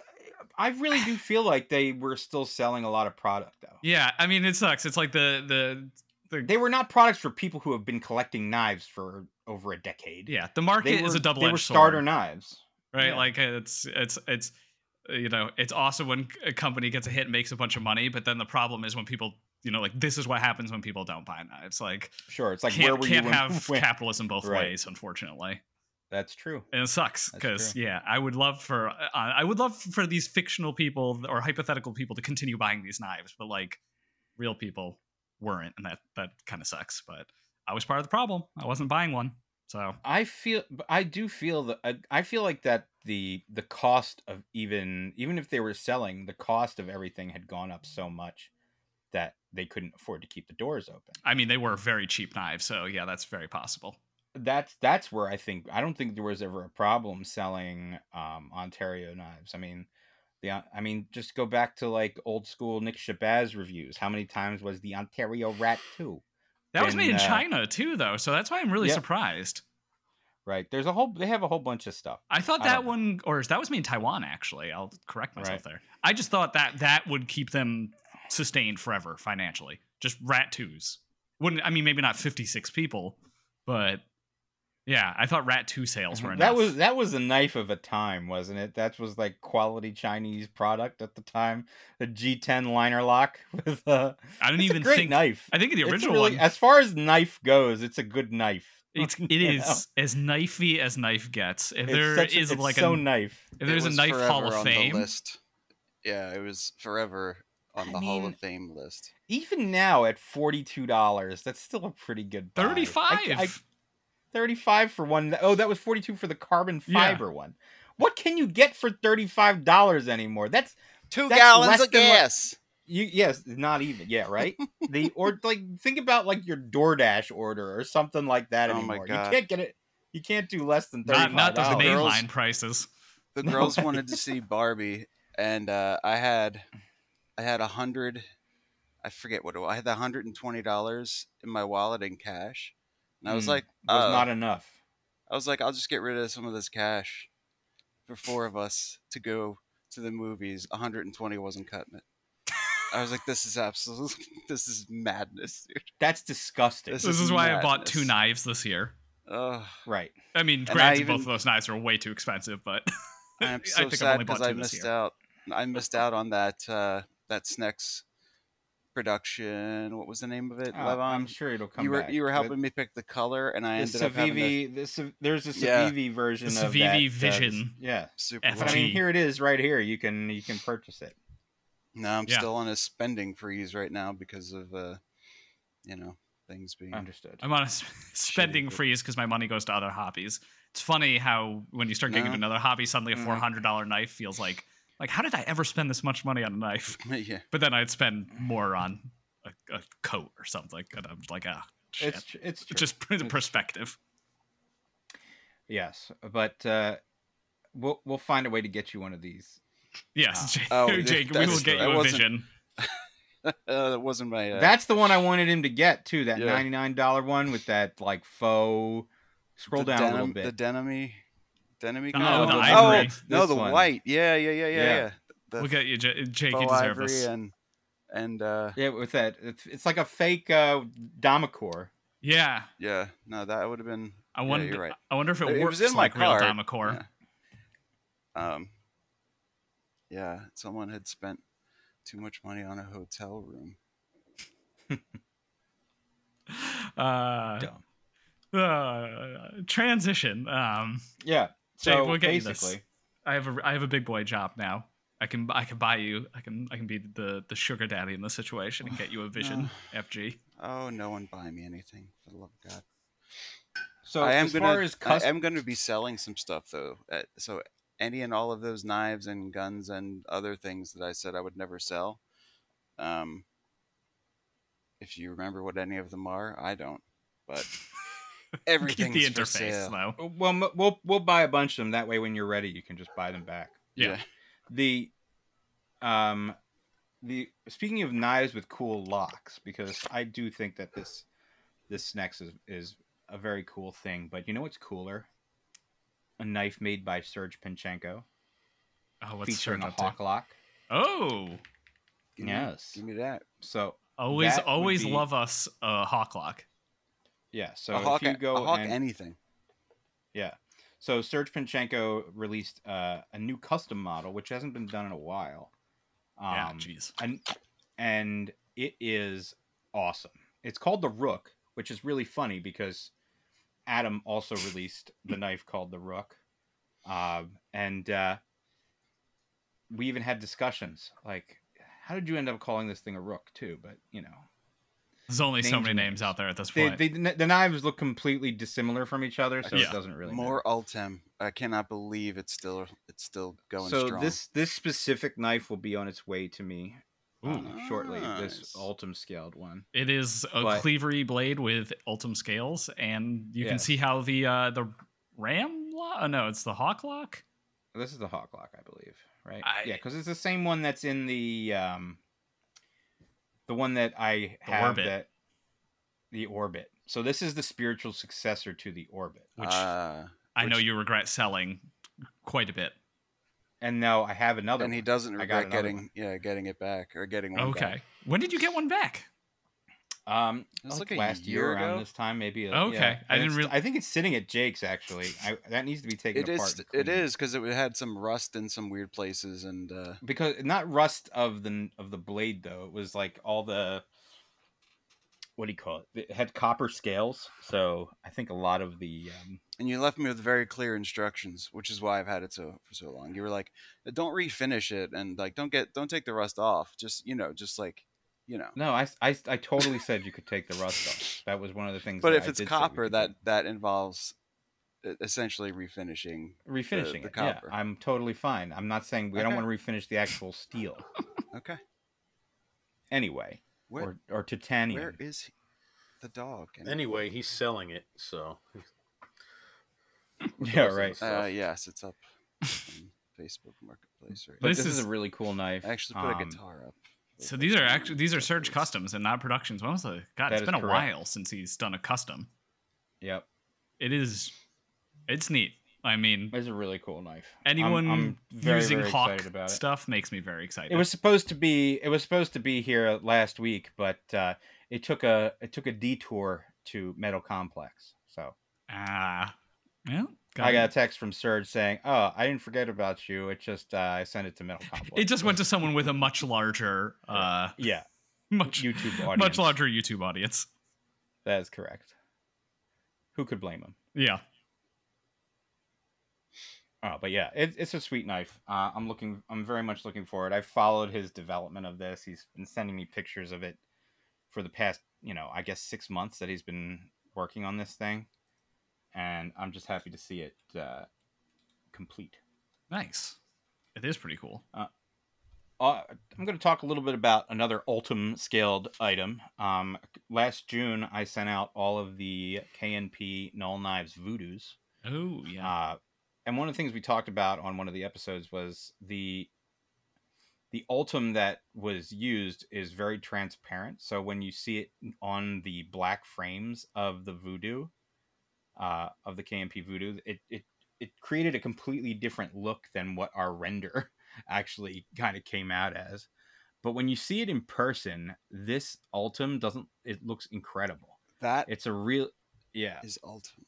A: I really do feel like they were still selling a lot of product though.
B: Yeah, I mean, it sucks. It's like the the the
A: They were not products for people who have been collecting knives for over a decade.
B: yeah the market
A: They were,
B: is a double
A: they
B: edged
A: were
B: sword.
A: starter knives.
B: right?
A: Yeah.
B: Like it's it's it's uh, you know it's awesome when a company gets a hit and makes a bunch of money, but then the problem is when people you know like this is what happens when people don't buy knives. Like,
A: Sure, it's like
B: can't,
A: where were
B: can't
A: you when-
B: have
A: when-
B: capitalism both
A: Right.
B: ways, unfortunately,
A: That's true.
B: and it sucks
A: That's
B: because yeah, I would love for uh, I would love for these fictional people or hypothetical people to continue buying these knives, but like real people weren't, and that that kind of sucks. But I was part of the problem. I wasn't buying one, so
A: I feel, but I do feel that I, I feel like that the the cost of even even if they were selling, the cost of everything had gone up so much that they couldn't afford to keep the doors open.
B: I mean they were very cheap knives, so yeah, that's very possible.
A: That's that's where I think I don't think there was ever a problem selling um, Ontario knives. I mean, the On- I mean, just go back to like old school Nick Shabazz reviews. How many times was the Ontario Rat two?
B: That was made in
A: in, uh,
B: China too, though, so that's why I'm really
A: Yeah.
B: surprised.
A: Right? There's a whole they have a whole bunch of stuff.
B: I thought
A: I
B: that
A: don't know.
B: one, or that was made in Taiwan, actually. I'll correct myself there. I just thought that that would keep them sustained forever financially. Just rat twos. Wouldn't I mean? Maybe not fifty six people, but yeah, I thought rat two sales were
A: Mm-hmm. that
B: enough.
A: was that was the knife of a time, wasn't it? That was like quality Chinese product at the time. The G10 liner lock with a,
B: I don't
A: it's
B: even
A: a great
B: think.
A: knife.
B: I think the
A: It's a
B: original
A: really-
B: one.
A: as far as knife goes, it's a good knife.
B: It's, it
A: You know?
B: is as knifey as knife gets. If
A: It's
B: there is
A: such a- it's
B: like
A: so
B: a
A: knife.
B: if
C: It
B: there's a
C: was
B: knife hall
C: forever
B: of
C: on The
B: fame,
C: list. Yeah, it was forever on
A: I
C: the Hall
A: mean-
C: of Fame list.
A: Even now at forty two dollars, that's still a pretty good. buy. I-
B: thirty
A: I-
B: five.
A: 35 for one. Oh, that was 42 for the carbon
B: Yeah.
A: fiber one. What can you get for $35 anymore? That's
C: Two
A: That's less
C: gallons of
A: than what-
C: gas.
A: You yes, not even yeah, right? the or like think about like your DoorDash order or something like that
C: Oh my
A: anymore. You
C: God.
A: can't get it. You can't do less than thirty
B: Not not
A: five
B: those
C: $35.
A: dollars.
C: Girls-
B: mainline prices.
C: the
A: No
C: girls
A: way.
C: wanted to see Barbie, and uh, I had, I had a hundred, I forget what it was. I had the hundred and twenty dollars in my wallet in cash, and I was
A: Hmm.
C: like,
A: was
C: "Oh."
A: not enough.
C: I was like, I'll just get rid of some of this cash for four of us to go to the movies. One hundred and twenty wasn't cutting it. I was like, this is absolute. This is madness, dude.
A: That's disgusting.
C: This
B: This is why I bought
C: madness.
B: two knives this year.
C: Ugh.
A: right.
B: I mean,
C: And I
B: granted,
C: even-
B: both of those knives are way too expensive, but
C: I'm
B: I
C: so
B: think I've
C: sad
B: only bought
C: because I
B: two this
C: missed
B: year.
C: out. I missed out on that uh, that Snex production. What was the name of it?
A: Oh, I'm
C: Levon.
A: sure it'll come
C: You were
A: back.
C: you were
A: The-
C: helping me pick the color, and I
A: The
C: ended up having a
A: Civivi, the Civ- there's a
C: Yeah.
A: Civivi version
B: The
A: of
B: Civivi
A: that, uh,
B: Vision.
A: yeah,
C: super.
B: F-
A: but I
C: low.
A: mean,
B: Gee.
A: here it is, right here. You can you can purchase it.
C: No, I'm
B: Yeah.
C: still on a spending freeze right now because of uh, you know things being.
A: Understood.
B: I'm on a s- spending
C: but-
B: freeze because my money goes to other hobbies. It's funny how when you start getting
C: No.
B: into another hobby, suddenly a
C: Mhm.
B: four hundred dollar knife feels like like how did I ever spend this much money on a knife?
C: yeah,
B: But then I'd spend more on a, a coat or something, and I'm like, ah, shit.
A: It's tr- it's true.
B: Just put the perspective.
A: yes, but uh, we'll we'll find a way to get you one of these.
B: Yes, Jake,
C: Oh,
B: Jake we
C: that's-
B: will get
C: I
B: you a
C: wasn't-
B: vision.
C: uh, that wasn't my. Uh,
A: That's the one I wanted him to get too. That
C: Yeah.
A: ninety nine dollar one with that like faux. Scroll
C: the
A: down
C: denim,
A: a little
C: The
A: bit.
C: denimy, denimy.
B: No,
C: color?
A: the
C: oh,
B: ivory.
C: no,
A: This
C: the
A: one.
C: white. Yeah, yeah, yeah, yeah,
A: Yeah.
C: yeah. The
B: We'll get you, J- Jake. You
C: faux
B: deserve
C: ivory
B: this.
C: and and uh,
A: Yeah, with that, it's, it's like a fake uh, Domicore.
B: Yeah,
C: yeah. No, that would have been.
B: I
C: yeah,
B: wonder.
C: you're right.
B: I wonder if it,
C: It was
B: works
C: in my
B: like
C: card.
B: real Damacor.
C: Um. Yeah, someone had spent too much money on a hotel room.
B: Uh,
A: Dumb.
B: uh, transition. Um,
A: Yeah.
B: Jake,
A: So
B: we'll get you this.
A: basically,
B: I have a I have a big boy job now. I can I can buy you. I can I can be the the sugar daddy in the situation and get you a vision. FG.
C: Oh, no one buy me anything for the love of God.
A: so
C: I am
A: as
C: gonna,
A: far as custom,
C: I am going to be selling some stuff though. Uh, so any and all of those knives and guns and other things that I said I would never sell. Um, if you remember what any of them are, I don't. But
B: Keep
C: everything's
B: the
C: for
B: interface
C: sale.
B: though.
A: well, m- we'll we'll buy a bunch of them. That way, when you're ready, you can just buy them back.
B: Yeah.
A: the um the speaking of knives with cool locks because i do think that this this snex is is a very cool thing but you know what's cooler a knife made by serge pinchenko
B: Oh, what's
A: featuring
B: shirt
A: a
B: up to?
A: hawk lock
B: Oh,
C: Give me-
A: Yes.
C: Give me that.
A: so
B: always
A: That would
B: always
A: be-
B: love us a hawk lock.
A: yeah so
C: a hawk,
A: if you go
C: a hawk
A: and-
C: anything.
A: yeah so serge pinchenko released uh, a new custom model which hasn't been done in a while um,
B: yeah, jeez.
A: and and it is awesome. It's called the Rook, which is really funny because Adam also released the knife called the Rook, um, and uh, we even had discussions like, "How did you end up calling this thing a Rook too?" But you know,
B: There's only so
A: names
B: many
A: and
B: names
A: names.
B: out there at this
A: they,
B: point.
A: they, the knives look completely dissimilar from each other, so
B: Yeah.
A: it doesn't really matter.
C: More Ultem. I cannot believe it's still it's still going
A: so
C: strong.
A: this this specific knife will be on its way to me uh,
C: Ooh.
A: shortly. This
C: Nice.
A: Ultim scaled one.
B: It is a
A: But-
B: cleavery blade with ultim scales, and you can
A: Yes.
B: see how the uh, the ram lock. Oh, no, it's the hawk lock.
A: This is the hawk lock, I believe, right?
B: I-
A: Yeah, because it's the same one that's in the um, the one that I
B: The
A: have
B: Orbit.
A: that the orbit. So this is the spiritual successor to the orbit.
B: which
C: Uh,
B: I know
C: which-
B: you regret selling quite a bit.
A: And now I have another.
C: and he
A: one.
C: doesn't
A: I got
C: regret
A: another
C: getting
A: one.
C: yeah getting it back or
A: Oh
C: getting one
B: Okay.
C: back.
B: When did you get one back?
A: Um,
C: It was
A: like
C: like a
A: last year,
C: year
A: around
C: ago?
A: this time, maybe.
B: Oh, okay.
A: yeah.
B: I
A: And
B: didn't
A: it's-
B: real-
A: I think it's sitting at Jake's actually. I that needs to be taken
C: It
A: apart.
C: is.
A: and
C: It
A: cleaned.
C: is because it had some rust in some weird places, and uh,
A: because not rust of the of the blade though. It was like all the what do you call it? It had copper scales, so I think a lot of the um,
C: and you left me with very clear instructions, which is why I've had it so for so long. You were like, "Uh, "Don't refinish it, and like, don't get, don't take the rust off. Just you know, just like, you know."
A: No, I, I, I totally said you could take the rust off. That was one of the things.
C: But
A: that
C: if
A: I
C: it's
A: did say we
C: copper,
A: could
C: that
A: do.
C: that involves e- essentially refinishing.
A: refinishing
C: the
A: it, yeah,
C: copper.
A: I'm totally fine. I'm not saying we don't
C: Okay.
A: want to refinish the actual steel
C: Okay,
A: anyway,
C: where
A: or or titanium.
C: where is he- the dog? And-
D: Anyway, he's selling it, so
A: yeah, right.
D: But
C: uh,
D: stuff?
C: yes, it's up on Facebook Marketplace right
A: But
B: This
A: this, is,
B: is-
A: a really cool knife.
C: now. I actually put
A: Um,
C: a guitar up.
B: So these are actually these are Surge customs and not productions. When was the God?
A: That
B: it's
A: is
B: been a
A: correct.
B: while since he's done a custom.
A: Yep,
B: It is, it's neat. I mean,
A: it's a really cool knife. I'm-
B: anyone
A: I'm very,
B: using
A: very
B: Hawk
A: excited about it.
B: stuff makes me very excited.
A: It was supposed to be it was supposed to be here last week, but uh, it took a it took a detour to Metal Complex. So
B: ah, well,
A: I
B: it.
A: got a text from Serge saying, "Oh, I didn't forget about you. It just uh, I sent it to Metal Complex.
B: It just went to someone with a much larger, uh,
A: yeah,
B: much
A: YouTube audience.
B: much larger YouTube audience.
A: That is correct. Who could blame him?
B: Yeah,
A: Oh, but yeah, it, it's a sweet knife. Uh, I'm looking. I'm very much looking forward. I've followed his development of this. He's been sending me pictures of it for the past, you know, I guess six months that he's been working on this thing, and I'm just happy to see it uh, complete.
B: nice. It is pretty cool.
A: Uh, I'm going to talk a little bit about another Ultim scaled item. Um, last June, I sent out all of the KNP Null Knives Voodoos.
B: Oh yeah,
A: Uh, and one of the things we talked about on one of the episodes was the the ultim that was used is very transparent. So when you see it on the black frames of the voodoo uh, of the KMP voodoo, it it it created a completely different look than what our render actually kind of came out as. But when you see it in person, this ultim doesn't. It looks incredible.
C: That is
A: It's a real, yeah,
C: ultimate.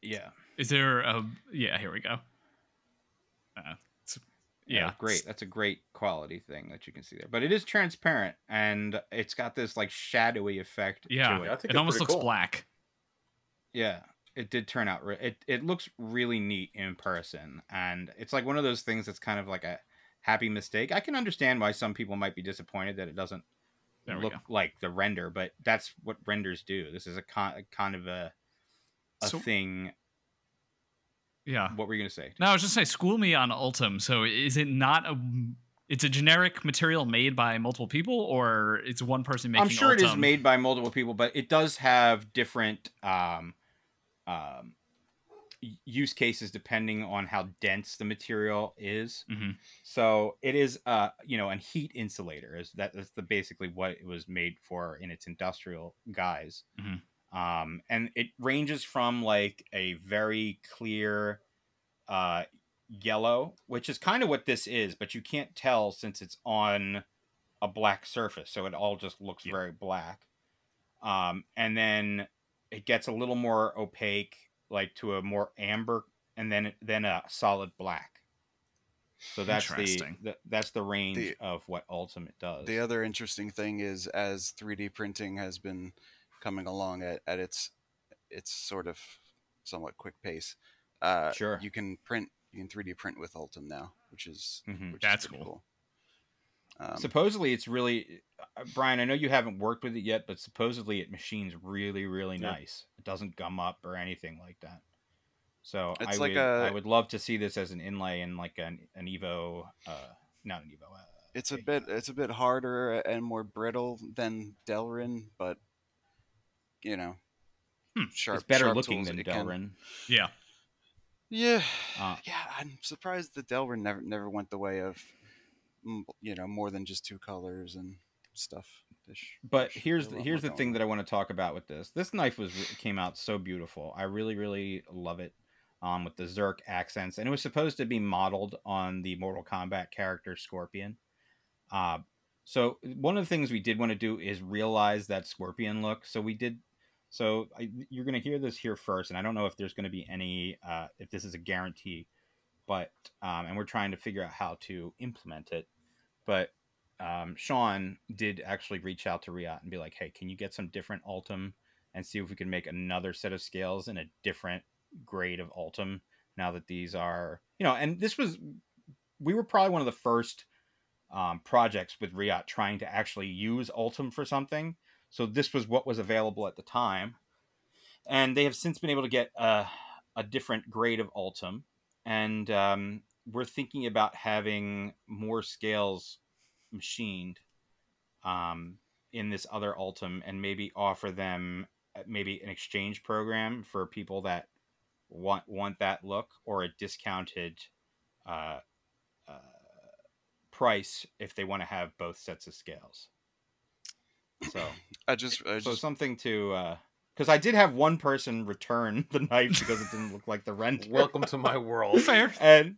A: yeah,
B: is there a yeah? Here we go. Uh, it's- yeah,
A: great. That's a great quality thing that you can see there. But it is transparent and it's got this like shadowy effect
B: Yeah.
A: to
D: Yeah, I
A: it.
D: think
B: it
D: it's
B: almost
D: pretty
B: looks
D: cool.
B: black.
A: Yeah. It did turn out re- it it looks really neat in person and it's like one of those things that's kind of like a happy mistake. I can understand why some people might be disappointed that it doesn't
B: There we
A: look
B: go.
A: like the render, but that's what renders do. This is a, con- a kind of a a
B: So- Uh,
A: thing.
B: Yeah.
A: What were you going to say?
B: No, I was just saying, school me on Ultim. So is it not a? It's a generic material made by multiple people, or it's one person making.
A: I'm sure it is
B: Ultim?
A: made by multiple people, but it does have different um, um, y- use cases depending on how dense the material is.
B: Mhm.
A: So it is, uh, you know, and heat insulator is that that's the basically what it was made for in its industrial guise.
B: Mhm.
A: Um, and it ranges from like a very clear uh, yellow, which is kind of what this is, but you can't tell since it's on a black surface, so it all just looks
B: Yeah.
A: very black. Um, and then it gets a little more opaque, like to a more amber, and then then a solid black. So that's the,
B: Interesting.
A: the that's the range
C: The-
A: of what ultimate does.
C: The other interesting thing is as 3D printing has been coming along at, at its its sort of somewhat quick pace, uh,
A: Sure.
C: you can print you can 3D print with Ultim now, which is
A: Mhm.
C: which
B: Mm, That's
C: is pretty
B: cool.
C: cool. Um,
A: supposedly it's really uh, Brian. I know you haven't worked with it yet, but supposedly it machines really, really
D: Yeah.
A: nice. It doesn't gum up or anything like that. So I
C: It's like
A: would
C: a-
A: I would love to see this as an inlay in like an an Evo, uh, not an Evo. Uh,
C: it's a bit it's a bit harder and more brittle than Delrin, but you know,
B: Hmm.
C: sharp.
A: it's better
C: sharp
A: looking
C: tools,
A: than
C: it can-
A: Delrin.
B: Yeah.
C: Yeah,
A: Uh,
C: yeah. I'm surprised that Delrin never never went the way of, mm, you know, more than just two colors and stuff. Ish.
A: But
C: Sure,
A: here's
C: a
A: the,
C: lot
A: here's
C: more
A: the thing
C: going
A: that I want to talk about with this. This knife was came out so beautiful. I really really love it. Um, with the Zerk accents, and it was supposed to be modeled on the Mortal Kombat character Scorpion. Uh, so one of the things we did want to do is realize that Scorpion look. So we did. So I, you're going to hear this here first, and I don't know if there's going to be any uh, if this is a guarantee, but um, and we're trying to figure out how to implement it, but um, Sean did actually reach out to Riot and be like, "Hey, can you get some different Ultim and see if we can make another set of scales in a different grade of Ultim now that these are, you know, and this was we were probably one of the first um, projects with Riot trying to actually use Ultim for something. So this was what was available at the time. And they have since been able to get a, a different grade of Ultim. And um, we're thinking about having more scales machined um, in this other Ultim and maybe offer them uh, maybe an exchange program for people that want want that look or a discounted uh, uh, price if they want to have both sets of scales. So,
C: I just, I
A: so
C: just,
A: something to because I did have one person return the knife because it didn't look like the render.
D: Welcome to my world.
B: Fair.
A: and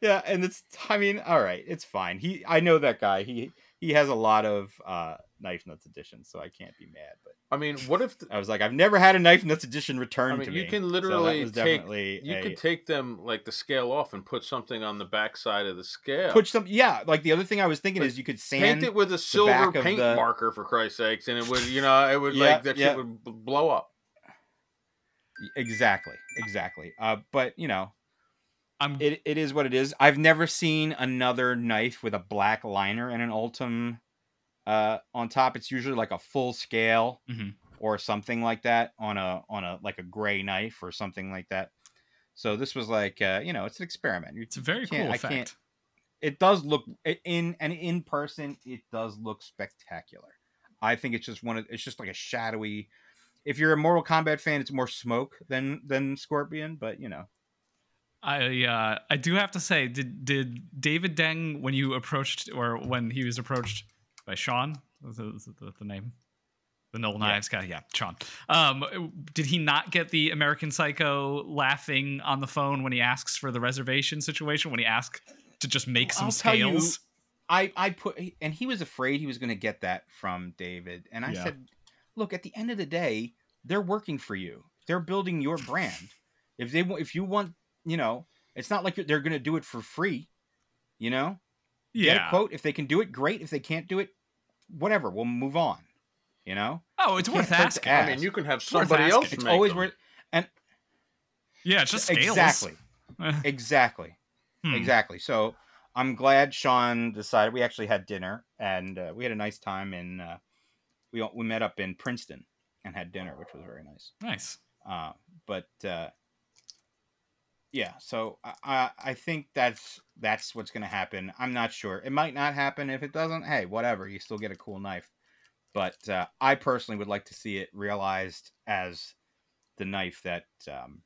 A: yeah, and it's I mean, all right, it's fine. He I know that guy. He he has a lot of uh knife nuts editions, so I can't be mad. But
D: I mean, what if th-
A: I was like, I've never had a knife nuts edition returned
D: I mean,
A: to
D: you
A: me.
D: can
A: So that
D: literally
A: was
D: take-
A: definitely
D: you
A: a-
D: could take them like the scale off and put something on the back side of the scale?
A: put some. Yeah, like the other thing I was thinking
D: Like,
A: is you could sand
D: paint it with a silver
A: back of
D: paint
A: the-
D: marker for Christ's sakes, and it would you know it would
A: Yeah,
D: like that
A: yeah.
D: shit would b- blow up.
A: exactly, exactly. Uh, but you know,
B: I'm
A: it, it is what it is. I've never seen another knife with a black liner and an ultim uh, on top. It's usually like a full scale
B: Mhm.
A: or something like that on a on a like a gray knife or something like that. So this was like uh, you know it's an experiment. You-
B: it's a very cool
A: can't- I
B: effect.
A: can't- It does look i- in and in person it does look spectacular. I think it's just one of it's just like a shadowy. If you're a Mortal Kombat fan, it's more smoke than than Scorpion, but you know
B: I uh, I do have to say, did did David Deng when you approached or when he was approached by Sean, was the, was the, the name, the Noel Knives guy, yeah, Sean. Um, did he not get the American Psycho laughing on the phone when he asks for the reservation situation when he asked to just make some
A: I'll tell you-
B: scales?
A: I I put and he was afraid he was going to get that from David, and I
B: Yeah.
A: said, "Look, at the end of the day, they're working for you. They're building your brand. If they wa- if you want, you know, it's not like you're- they're going to do it for free. You know, get a
B: Yeah.
A: quote. If they can do it, great. If they can't do it, whatever. We'll move on. You know,
B: Oh, it's
A: You
B: worth
A: can't hurt the
B: asking.
A: ass.
D: I mean, you can have
B: worth
D: somebody
B: asking.
D: else.
A: it's
D: make
A: always
D: them.
A: worth
B: Yeah, it's just scales.
A: exactly, exactly.
B: Hmm.
A: Exactly. So I'm glad Sean decided. We actually had dinner and uh, we had a nice time in. Uh, we all- we met up in Princeton and had dinner, which was very nice.
B: Nice.
A: Uh, but uh, yeah, so I- I I think that's that's what's going to happen. I'm not sure. It might not happen. If it doesn't, hey, whatever. You still get a cool knife. But uh, I personally would like to see it realized as the knife that um,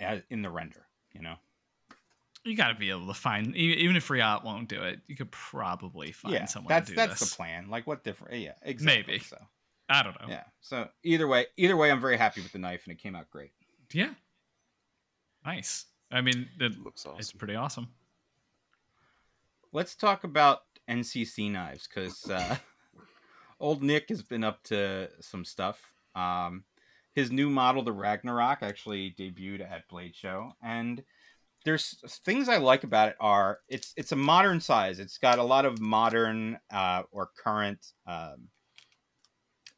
A: as- in the render. You know.
B: You got to be able to find, e- even if Riot won't do it, you could probably find
A: yeah,
B: someone
A: that's
B: to do
A: that's
B: this.
A: the plan. Like what different? Yeah, exactly.
B: Maybe. Oh.
A: So
B: I don't know.
A: yeah. So either way, either way, I'm very happy with the knife, and it came out great.
B: Yeah. Nice. I mean, it,
C: looks
B: it's
C: awesome.
B: pretty awesome.
A: Let's talk about NCC knives because uh, old Nick has been up to some stuff. Um, his new model, the Ragnarok, actually debuted at Blade Show, and there's things I like about it. Are it's it's a modern size. It's got a lot of modern uh, or current um,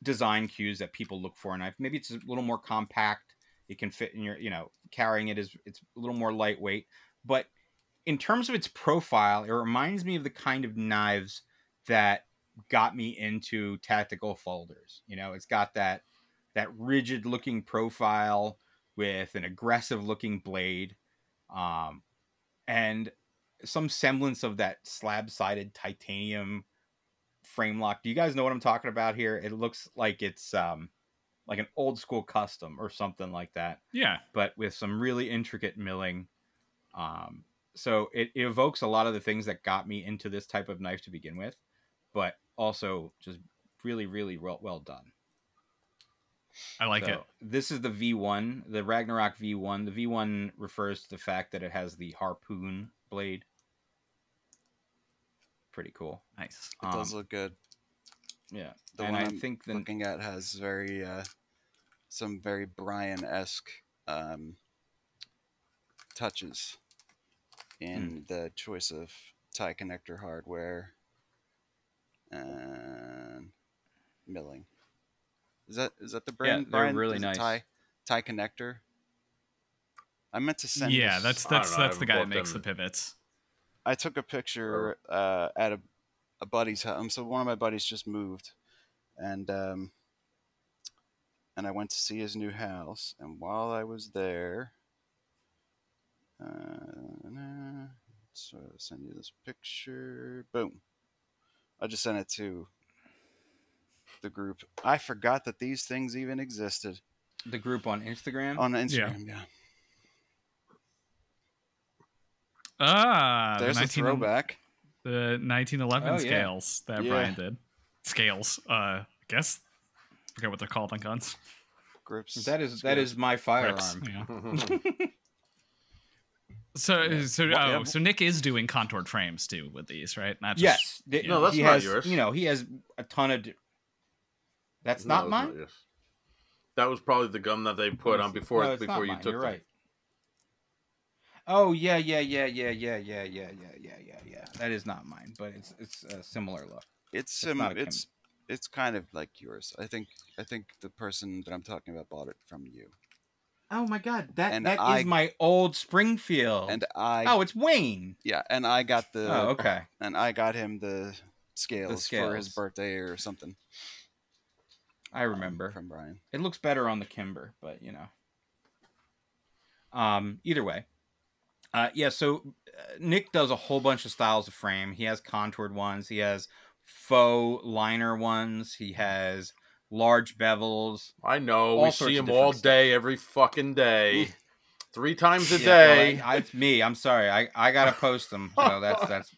A: design cues that people look for in a knife. Maybe it's a little more compact. It can fit in your you know carrying it is it's a little more lightweight, but in terms of its profile, it reminds me of the kind of knives that got me into tactical folders. You know, it's got that that rigid looking profile with an aggressive looking blade, um, and some semblance of that slab sided titanium frame lock. Do you guys know what I'm talking about here? It looks like it's um, like an old school custom or something like that
B: Yeah.
A: but with some really intricate milling. Um, so it, it evokes a lot of the things that got me into this type of knife to begin with, but also just really, really well, well done.
B: I like
A: So
B: it.
A: This is the V1, the Ragnarok V1. The V1 refers to the fact that it has the harpoon blade. Pretty cool.
B: Nice.
C: It does
A: um,
C: look good.
A: Yeah.
C: The
A: and
C: one
A: I
C: I'm
A: think the
C: looking at has very uh, some very Brian esque um, touches in
A: Hmm.
C: the choice of tie connector hardware and milling. Is that is that the brand?
A: they're
C: Brian?
A: really
C: Is it
A: nice.
C: Tie tie connector. I meant to send.
B: Yeah,
C: this-
B: that's
D: I don't
B: that's
D: know, I
B: that's the guy that
D: haven't bought
B: makes
D: them.
B: the pivots.
C: I took a picture uh, at a, a buddy's house. So one of my buddies just moved, and um, and I went to see his new house. And while I was there, uh, nah, uh, so I'll send you this picture. Boom! I just sent it to the group. I forgot that these things even existed
A: the group on Instagram.
C: on Instagram. Yeah,
B: Ah, the
C: there's a
B: 19 Uh,
C: throwback.
B: Ah, the 1911
A: Oh, yeah.
B: scales that
C: Yeah.
B: Brian did. Scales, uh, I guess. Forget what they're called on guns.
C: grips.
A: That is that is my
B: Grips,
A: firearm.
B: yeah.
D: yeah.
B: So, so,
C: Well, yeah.
B: oh, so Nick is doing contoured frames too with these, right? Not just,
A: Yes. th-
D: No, that's
A: he
D: not
A: has,
D: yours.
A: You know, he has a ton of. d- That's
D: No,
A: not
D: it's
A: mine.
D: yours. That was probably the gum that they put on before
A: No, it's not
D: before you
A: mine,
D: took
A: You're
D: them.
A: right. Oh yeah, yeah, yeah, yeah, yeah, yeah, yeah, yeah, yeah, yeah, yeah. That is not mine, but it's it's a similar look. It's
C: It's sim-
A: not a
C: it's,
A: Kim.
C: it's kind of like yours. I think I think the person that I'm talking about bought it from you,
A: Oh my god, that that is
C: And I-
A: my old Springfield.
C: and I
A: oh, it's Wayne.
C: yeah, and I got the
A: oh, okay.
C: and I got him the scales, for
A: scales.
C: his birthday or something.
A: I
C: um,
A: remember.
C: from Brian.
A: It looks better on the Kimber, but you know. Um, either way, uh, yeah. So uh, Nick does a whole bunch of styles of frame. He has contoured ones. He has faux liner ones. He has large bevels.
D: I know.
A: All
D: we
A: sorts
D: see
A: of
D: them
A: different
D: all
A: stuff.
D: day, every fucking day, three times a
A: Yeah,
D: day.
A: well, I- I- it's me. I'm sorry. I, I gotta post them. So that's that's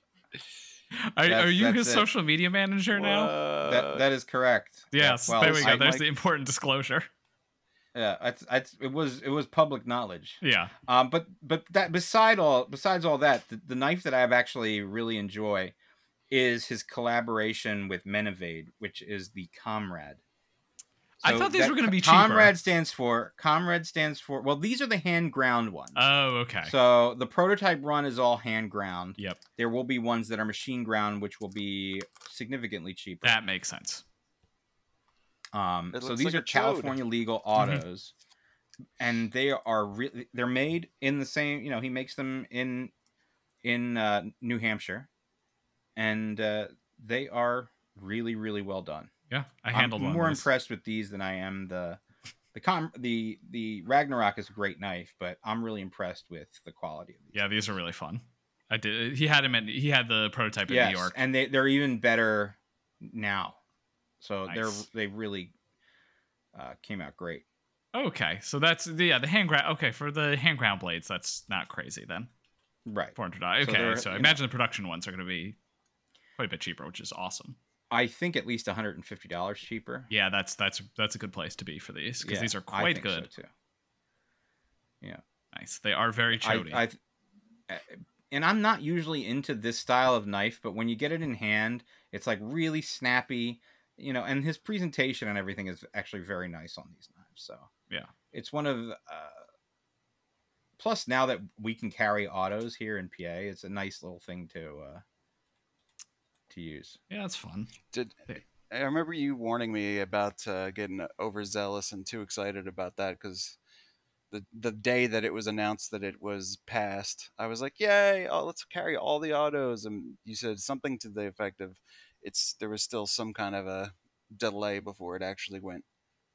B: Are,
A: That's-
B: are you
A: that's
B: his
A: it.
B: social media manager now?
A: that, that is correct.
B: Yes,
A: Yeah, well,
B: there we go.
A: I-
B: There's
A: like-
B: the important disclosure.
A: Yeah, it's, it's, it was it was public knowledge.
B: Yeah.
A: Um, but but that beside all besides all that, the, the knife that I've actually really enjoy is his collaboration with Menevade, which is the Comrade.
B: I thought these
A: that
B: were gonna
A: co-
B: be cheaper.
A: Comrade stands for Comrade stands for well, these are the hand ground ones.
B: Oh, okay.
A: So the prototype run is all hand ground.
B: Yep.
A: There will be ones that are machine ground, which will be significantly cheaper.
B: that makes sense.
A: Um,
C: It
A: so
C: looks
A: these
C: like
A: are
C: a chode.
A: California legal
B: Mm-hmm.
A: autos, and they are really they're made in the same. You know, he makes them in in uh, New Hampshire, and uh, they are really really well done.
B: Yeah, I
A: I'm
B: handled one.
A: more
B: of these.
A: impressed with these than I am the the com the the Ragnarok is a great knife, but I'm really impressed with the quality of these.
B: Yeah, these are really fun. I did. He had him in. He had the prototype in
A: yes,
B: New York.
A: and they they're even better now. So
B: Nice.
A: they're they really uh, came out great.
B: okay, so that's the yeah the hand ground. Okay, for the hand ground blades, that's not crazy then.
A: Right.
B: Four hundred dollars.
A: So
B: Okay, so,
A: they're,
B: I
A: you know-
B: imagine the production ones are going to be quite a bit cheaper, which is awesome.
A: I think at least $150 cheaper.
B: Yeah, that's that's that's a good place to be for these because
A: Yeah,
B: these are
A: I
B: quite
A: think so,
B: good.
A: too.
B: Nice. They are very
A: I-
B: chody.
A: I, th- uh, and I'm not usually into this style of knife, but when you get it in hand, it's like really snappy, you know. And his presentation and everything is actually very nice on these knives. So
B: Yeah.
A: it's one of. Uh, plus, now that we can carry autos here in PA, it's a nice little thing to uh, to use.
B: yeah, that's fun.
C: Did
B: Hey.
C: I remember you warning me about uh, getting overzealous and too excited about that because the the day that it was announced that it was passed, I was like, "Yay! Oh, let's carry all the autos." And you said something to the effect of, "It's there was still some kind of a delay before it actually went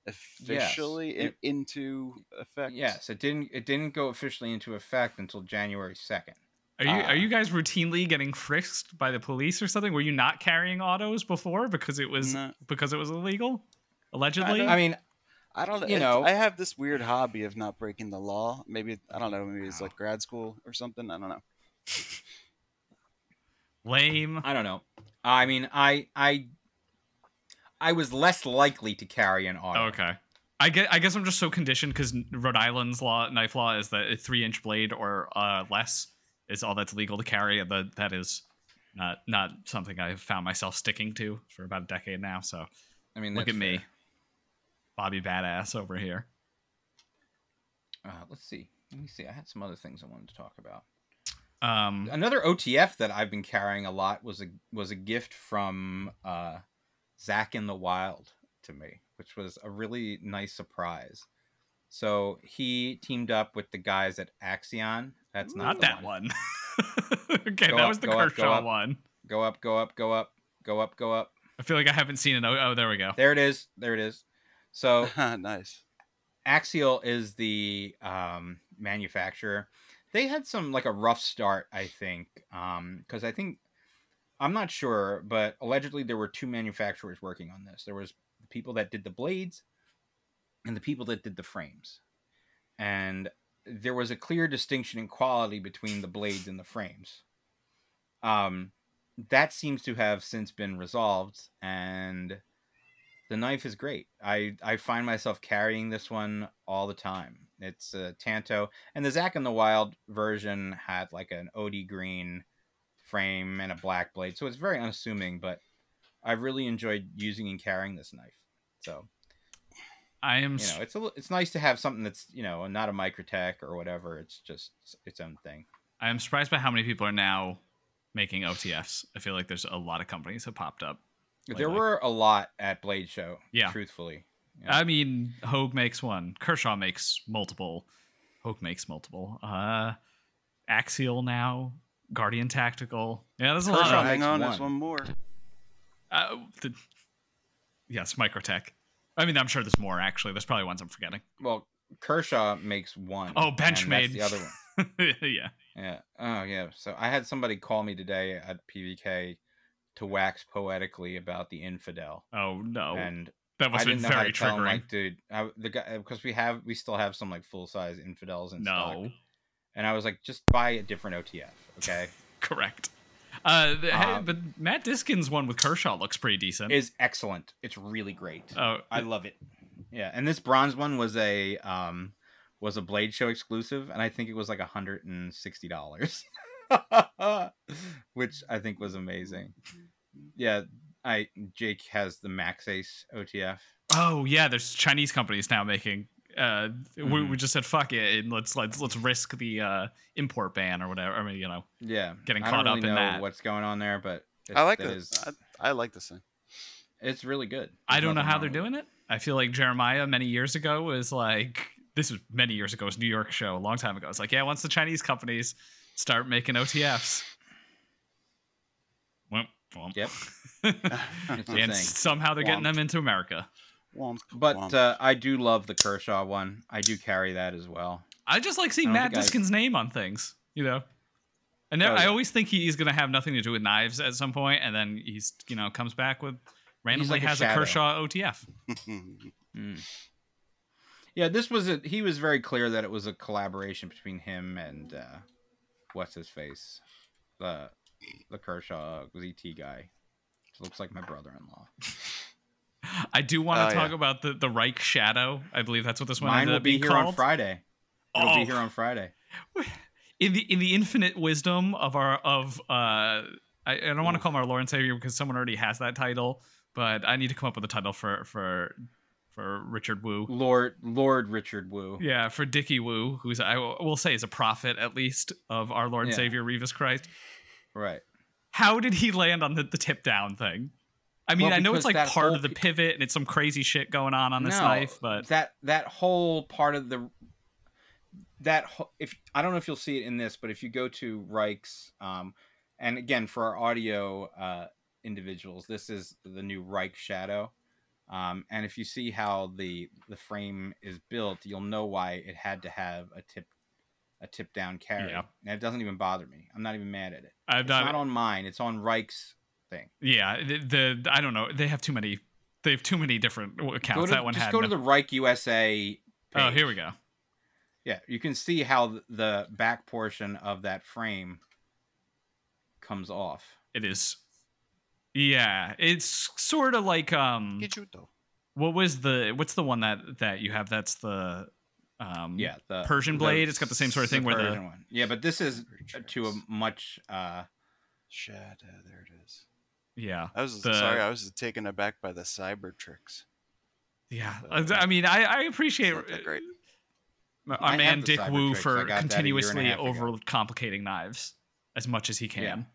C: officially in,
A: it-
C: into effect."
A: Yes, it didn't. It didn't go officially into effect until January second.
B: Are
A: Uh,
B: you
C: Ah.
B: are you guys routinely getting frisked by the police or something? Were you not carrying autos before because it was
C: No.
B: because it was illegal, allegedly?
A: I mean,
C: I don't
A: You
C: it-
A: know-
C: I have this weird hobby of not breaking the law. Maybe I don't know. Maybe it's
B: Wow.
C: like grad school or something. I don't know.
B: lame.
A: I don't know. I mean, I I I was less likely to carry an auto.
B: Oh, okay. I guess, I guess I'm just so conditioned because Rhode Island's law knife law is that a three inch blade or uh, less is all that's legal to carry. and That that is not not something I've found myself sticking to for about a decade now. So
A: I mean,
B: look
A: that's
B: at me,
A: fair.
B: Bobby Badass over here.
A: Uh, let's see. Let me see. I had some other things I wanted to talk about.
B: Um,
A: Another OTF that I've been carrying a lot was a was a gift from uh, Zach in the Wild to me, which was a really nice surprise. So he teamed up with the guys at Axion. That's not,
B: not
A: the
B: that one. okay,
A: Go
B: that
A: up,
B: was the
A: go up, go
B: Kershaw
A: up.
B: one.
A: Go up, go up, go up, go up, go up.
B: I feel like I haven't seen it. Oh, oh there we go.
A: There it is. There it is. So
C: nice.
A: Axial is the um, manufacturer. They had some like a rough start, I think, because I think I'm not sure, but allegedly there were two manufacturers working on this. There was the people that did the blades and the people that did the frames, and there was a clear distinction in quality between the blades and the frames. Um, that seems to have since been resolved and the knife is great i i find myself carrying this one all the time it's a tanto and the zack in the wild version had like an od green frame and a black blade so it's very unassuming but i really enjoyed using and carrying this knife so
B: I am
A: you know it's a, li- it's nice to have something that's you know not a microtech or whatever it's just s- its own thing
B: I am surprised by how many people are now making OTFs. I feel like there's a lot of companies that popped up.
A: there
B: lately.
A: were a lot at blade show
B: Yeah.
A: truthfully Yeah.
B: I mean, Hogue makes one. Kershaw makes multiple. Hogue makes multiple. Uh, Axial now. Guardian Tactical. Yeah, there's a lot.
A: Kershaw
B: Of,
C: hang
A: makes
C: on, there's
A: one.
C: one more.
B: uh, the, yes, Microtech. I mean, I'm sure there's more. Actually, there's probably ones I'm forgetting.
A: well kershaw makes one
B: Oh,
A: and that's
B: Benchmade.
A: the other one
B: yeah.
A: Yeah. Oh, yeah. So I had somebody call me today at PVK to wax poetically about the infidel,
B: Oh no,
A: and
B: that must
A: I
B: have
A: didn't
B: been
A: know how
B: very
A: to tell him,
B: triggering.
A: like, dude, I, the guy because we have we still have some like full size infidels in stock,
B: No,
A: and I was like, just buy a different OTF, okay?
B: correct. Uh, the- hey,
A: Um,
B: but Matt Diskin's one with Kershaw looks pretty decent.
A: Is excellent. It's really great.
B: oh,
A: I love it. Yeah, and this bronze one was a um was a Blade Show exclusive, and I think it was like hundred and sixty dollars, which I think was amazing. Yeah, I Jake has the Max Ace OTF.
B: Oh yeah, there's Chinese companies now making. Uh, we, we
A: Mhm.
B: just said fuck it, and let's let's let's risk the uh, import ban or whatever. I mean, you know,
A: Yeah,
B: Getting
A: I don't
B: caught up
A: really
B: in
A: know
B: that.
A: What's going on there? But it's,
C: I like
A: that
C: this.
A: is-
C: I, I like this thing.
A: it's really good.
B: I
A: There's
B: don't know
A: nothing
B: how
A: wrong
B: they're
A: with
B: doing it. I feel like Jeremiah many years ago was like, this was many years ago. It was a New York show a long time ago. It's like, yeah, once the Chinese companies start making OTFs, Womp, womp.
A: Yep. It's a
B: and
A: thing.
B: somehow they're getting
C: Womp.
B: them into America.
C: Womp,
A: But
C: womp.
A: uh, I do love the Kershaw one. I do carry that as well.
B: I just like seeing
A: I don't
B: Matt
A: think I-
B: Diskin's name on things, you know. I never,
A: Oh, yeah.
B: I always think he's gonna have nothing to do with knives at some point, and then he's you know comes back with randomly
A: like a
B: has a,
A: shadow.
B: Kershaw OTF.
C: Mm-hmm.
A: Mm. Yeah, this was a, he was very clear that it was a collaboration between him and uh, what's his face, the the Kershaw ZT guy. Looks like my brother-in-law.
B: I do want to
C: Oh, yeah.
B: talk about the the Reich Shadow. I believe that's what this one
A: Mine
B: ended
A: will
B: up
A: be
B: being
A: here on
B: called.
A: Friday. It'll
B: Oh.
A: be here on Friday.
B: in the in the infinite wisdom of our of uh, I, I don't want to call him our Lord and Savior because someone already has that title, but I need to come up with a title for for for Richard Wu.
A: Lord Lord Richard Wu.
B: Yeah, for Dicky Wu, who's I will will say is a prophet at least of our Lord and
A: Yeah.
B: Savior Revis Christ.
A: Right.
B: How did he land on the, the tip down thing? I mean,
A: Well,
B: I know it's
A: because
B: like
A: that
B: part
A: whole
B: of the
A: pe-
B: pivot and it's some crazy shit going on on this
A: No,
B: knife, but
A: that that whole part of the that whole, if I don't know if you'll see it in this, but if you go to Reich's, um, and again for our audio uh, individuals, this is the new Reich Shadow, um, and if you see how the the frame is built, you'll know why it had to have a tip a tip down carry.
B: Yeah.
A: And it doesn't even bother me. I'm not even mad at it.
B: I'm
A: It's
B: not.
A: not on mine. It's on Reich's thing.
B: yeah, the, the I don't know. They have too many. They have too many different accounts.
A: Go to,
B: that one
A: just
B: had.
A: go
B: no-
A: to the Reich USA.
B: oh,
A: page.
B: here we go.
A: Yeah, you can see how th- the back portion of that frame comes off.
B: It is. Yeah, it's sort of like um.
C: Kichuto.
B: What was the? What's the one that that you have? That's the. Um,
A: Yeah, the
B: Persian blade, it's got the same sort of thing where the-
A: Persian one. Yeah, but this is
C: uh,
A: to a
C: Shadow.
A: much uh
C: There it is.
B: Yeah.
C: I was
B: The-
C: sorry. I was taken aback by the cyber tricks.
B: Yeah,
C: So-
B: I I mean, I, I appreciate
C: It's not that great.
B: my-
A: I
B: our
A: have
B: man
A: the
B: Dick
A: cyber
B: Wu
A: tricks. I
B: for
A: got that a year and a
B: continuously
A: half ago.
B: overcomplicating knives as much as he can.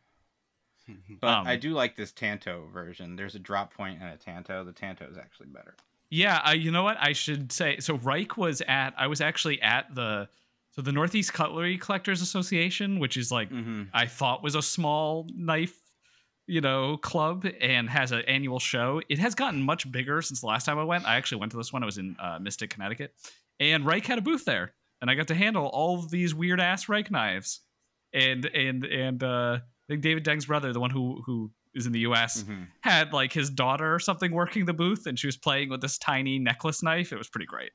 A: Yeah. but
B: Um,
A: I do like this Tanto version. There's a drop point and a Tanto. The Tanto is actually better.
B: Yeah, I, you know what? I should say. So Reich was at. I was actually at the. So the Northeast Cutlery Collectors Association, which is like
A: hmm
B: I thought was a small knife, you know, club, and has an annual show. It has gotten much bigger since the last time I went. I actually went to this one. I was in uh, Mystic, Connecticut, and Reich had a booth there, and I got to handle all of these weird ass Reich knives, and and and uh, I think David Deng's brother, the one who who is in the U.S
A: hmm
B: had like his daughter or something working the booth and she was playing with this tiny necklace knife it was pretty great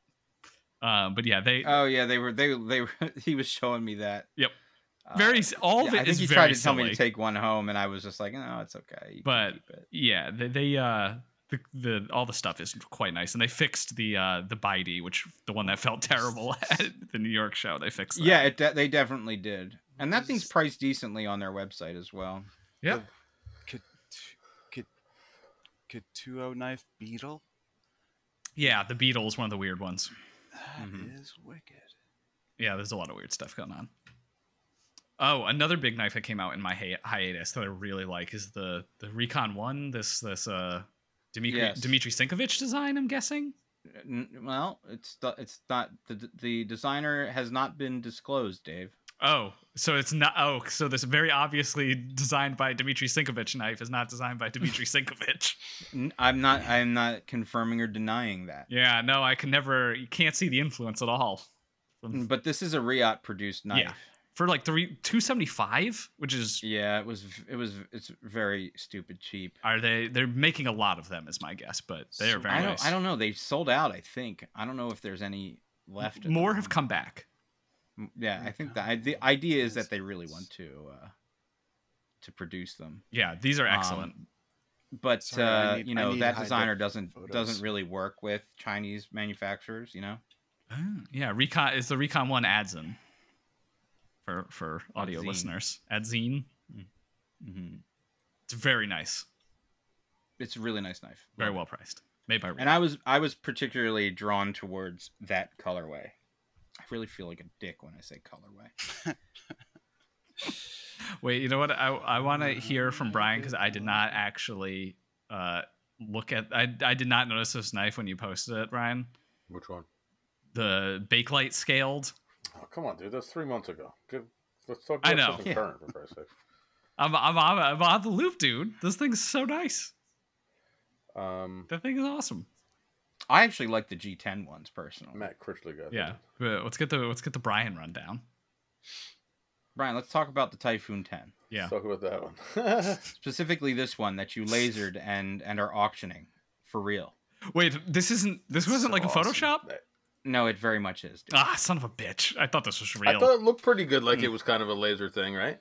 B: um, but yeah they
A: Uh, Oh yeah, they were they they were, he was showing me that.
B: Yep. very s- all of
A: Yeah, I
B: it
A: think
B: is
A: he
B: very
A: tried to tell
B: silly.
A: me to take one home, and I was just like, no, it's okay. you can
B: But-
A: keep it."
B: yeah, they, they uh the, the all the stuff is quite nice, and they fixed the uh the bitey, which the one that felt terrible at the New York show. They fixed that.
A: yeah, it de- they definitely did, and that thing's
C: Just-
A: priced decently on their website as well.
B: yeah.
C: Could could could two o knife beetle?
B: Yeah, the Beatles, one of the weird ones.
C: That is
A: Mhm.
C: wicked.
B: Yeah, there's a lot of weird stuff going on. Oh, another big knife that came out in my hi- hiatus that I really like is the the Recon One. This this uh Dimitri
A: Yes.
B: Dimitri Sinkovich design. I'm guessing.
A: N- well, it's th- it's not the the designer has not been disclosed, Dave.
B: Oh, so it's not. Oh, so this very obviously designed by Dimitri Sinkovich knife is not designed by Dimitri Sinkovich.
A: N- I'm not I'm not confirming or denying that.
B: Yeah, no, I can never. You can't see the influence at all. From-
A: But this is a Riot produced knife.
B: Yeah. For like three two seventy five, which is
A: Yeah, it was v- it was it's very stupid cheap.
B: are they? They're making a lot of them, is my guess. But they are
C: So-
B: very
A: I don't
B: nice.
A: I don't know. They sold out, I think. I don't know if there's any left. at the
B: More have
A: moment.
B: come back.
A: M- Yeah, I think the, i- the idea is that they really want to uh, to produce them.
B: Yeah, these are
A: Um,
B: excellent.
A: But
C: Sorry, I
A: uh,
C: need-
A: you
C: I
A: know
C: need
A: that
C: high-def
A: designer doesn't
C: photos.
A: doesn't really work with Chinese manufacturers, you know.
B: Oh, yeah, Recon is the Recon One Adzin for for audio
A: Adzine.
B: listeners. Adzine,
A: hmm
B: it's very nice,
A: It's a really nice knife.
B: very
A: Love it.
B: well priced, made by Recon.
A: And I was I was particularly drawn towards that colorway. I really feel like a dick when I say colorway.
B: Wait, you know what? I I want to hear from Brian because I did not actually uh look at I I did not notice this knife when you posted it, Brian.
D: Which one?
B: The bakelite scaled.
D: Oh, come on, dude. That's three months ago. Give, let's talk
B: I
D: about
B: know.
D: something
A: Yeah.
D: current for Christ's sake.
B: I'm I'm I'm, I'm out of the loop, dude. This thing's so nice.
D: Um,
B: That thing is awesome.
A: I actually like the G10 ones personally.
D: Matt Critchley got that.
B: Yeah. Uh, Let's get the let's get the Brian rundown.
A: Brian, let's talk about the Typhoon 10.
B: Yeah.
D: Let's talk about that one.
A: Specifically this one that you lasered and and are auctioning for real.
B: Wait, this isn't this wasn't
C: So
B: like a
C: awesome.
B: Photoshop.
A: No, it very much is. dude.
B: Ah, son of a bitch! I thought this was real.
D: I thought it looked pretty good, like
A: Hmm.
D: it was kind of a laser thing, right?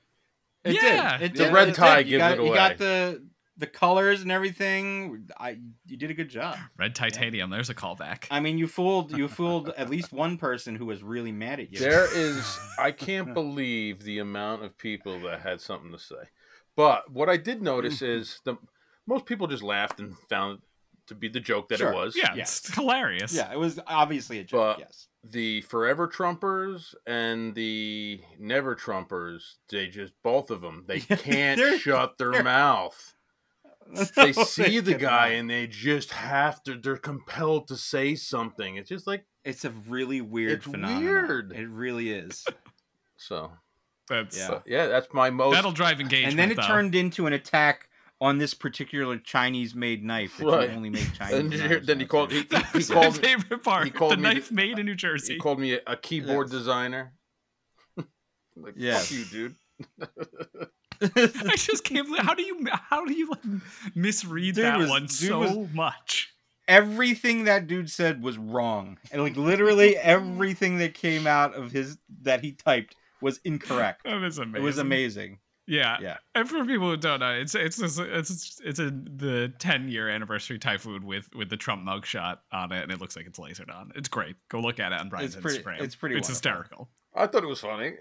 A: It
B: yeah.
A: did. It
D: The
A: did.
D: red
A: It did.
D: tie
A: you
D: gives
A: got,
D: it
A: You got
D: away.
A: the the colors and everything. I you did a good job.
B: Red titanium. There's a callback.
A: I mean, you fooled you fooled at least one person who was really mad at you.
D: There is, I can't believe the amount of people that had something to say. But what I did notice
A: Mm-hmm.
D: is the most people just laughed and found it to be the joke that
A: Sure.
D: it was.
B: yeah,
A: yeah.
B: it's hilarious.
A: Yeah, it was obviously a joke.
D: But-
A: yes.
D: The forever Trumpers and the never Trumpers, they just both of them, they
A: Yeah, they're-
D: can't shut their
A: they're-
D: mouth.
A: No,
D: They see the
A: could
D: guy
A: not.
D: and they just have to. They're compelled to say something. It's just like
A: it's a really weird
D: It's
A: phenomenon.
D: weird.
A: It really is.
D: so.
B: That's
A: Yeah.
D: But yeah, that's my most.
B: that'll drive engagement.
A: and then it
B: though.
A: turned into an attack on this particular Chinese-made knife that
D: Right.
A: you only make Chinese.
D: And you-
A: knives
D: then he
A: out
D: called.
A: of.
D: He,
B: That
D: he
B: was my
D: called. me-
B: favorite part.
D: called
B: the
D: me
B: knife
D: the-
B: made in New Jersey.
D: He called me a, a keyboard
A: Yes.
D: designer. like,
A: Yes.
D: fuck you, dude.
B: I just can't believe. How do you how do you like, misread
A: Dude
B: that
A: was-
B: one
A: dude
B: so
A: was-
B: much?
A: everything that dude said was wrong. And like literally everything that came out of his that he typed was incorrect.
B: That is amazing.
A: It was amazing.
B: Yeah.
A: Yeah.
B: And for people who don't know, it's it's this- it's it's, it's a the ten year anniversary typhoon with with the Trump mugshot on it, and it looks like it's lasered on. It's great. Go look at it on Brian's
A: It's pretty-
B: Instagram.
A: it's pretty
B: It's
A: wonderful.
B: hysterical.
D: I thought it was funny.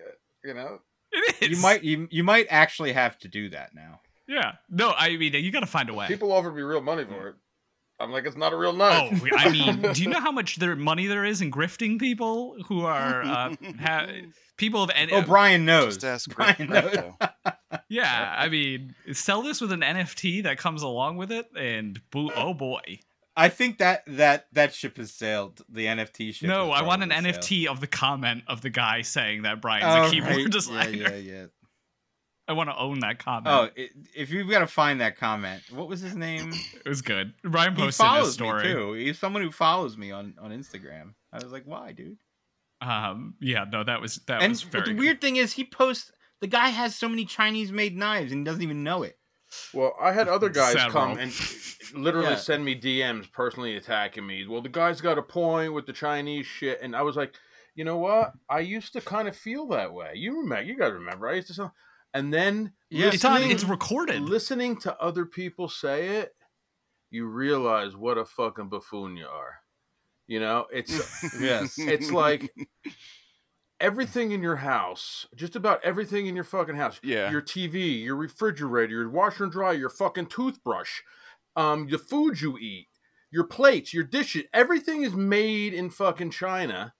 D: You know,
B: It is.
A: You might you, you might actually have to do that now.
B: Yeah. No, I mean you got to find a way. Mm.
D: people offered me real money for it. I'm like, it's not a real
B: Oh,
D: knife.
B: I mean, do you know how much there money there is in grifting people who are uh, ha- people of any?
A: Oh, Brian knows.
C: Just ask Rick
A: Brian knows.
C: Recto.
B: yeah, I mean, sell this with an NFT that comes along with it, and boo, oh boy.
A: I think that that that ship has sailed. The NFT ship.
B: no,
A: has
B: I want an
A: probably sailed.
B: NFT of the comment of the guy saying that Brian's a
A: Oh,
B: keyboard
A: right.
B: designer.
A: Yeah, yeah, yeah.
B: I want to own that comment.
A: Oh, i if you've got to find that comment, what was his name?
B: It was good. Brian
A: Oh. he
B: posted
A: follows
B: his story.
A: me too. He's someone who follows me on on Instagram. I was like, why, dude?
B: Um, yeah, no, that was that
A: and
B: was very
A: the
B: good.
A: weird thing is, he posts. The guy has so many Chinese-made knives and he doesn't even know it.
D: Well, I had other guys
B: Sad
D: come
B: world.
D: and literally
A: Yeah.
D: send me DMs personally attacking me. Well, the guy's got a point with the Chinese shit, and I was like, you know what? I used to kind of feel that way. You remember? You guys remember? I used to sound, and then
A: Yeah,
B: It's on.
D: listening-
B: It's recorded.
D: listening to other people say it, you realize what a fucking buffoon you are. You know, it's
A: Yes.
D: it's like everything in your house, just about everything in your fucking house.
C: Yeah.
D: Your TV, your refrigerator, your washer and dryer, your fucking toothbrush, um, the food you eat, your plates, your dishes, everything is made in fucking China.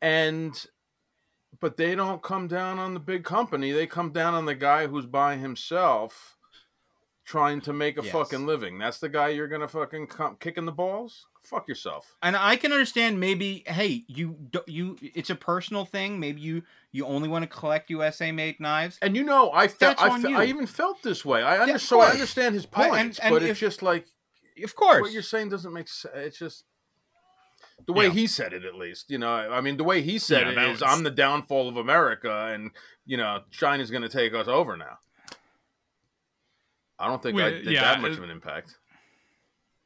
D: And but they don't come down on the big company. They come down on the guy who's by himself trying to make a
A: Yes.
D: fucking living. That's the guy you're going to fucking come, kick in the balls? Fuck yourself.
A: and I can understand maybe hey you do, you it's a personal thing maybe you you only want to collect USA made knives
D: And you know, I felt
A: That's
D: I,
A: on
D: fe-
A: you.
D: I even felt this way. I
A: of
D: under- so I
A: course.
D: understand his
A: I-
D: point,
A: and- and
D: but
A: if-
D: it's just like
A: of course
D: what you're saying doesn't make sense. It's just the way
B: Yeah.
D: he said it, at least. You know, I mean, the way he said
B: Yeah,
D: it
B: that
D: is,
B: was-
D: "I'm the downfall of America, and you know, China's going to take us over now." I don't think I
B: Well,
D: did
B: yeah,
D: that much
B: it-
D: of an impact.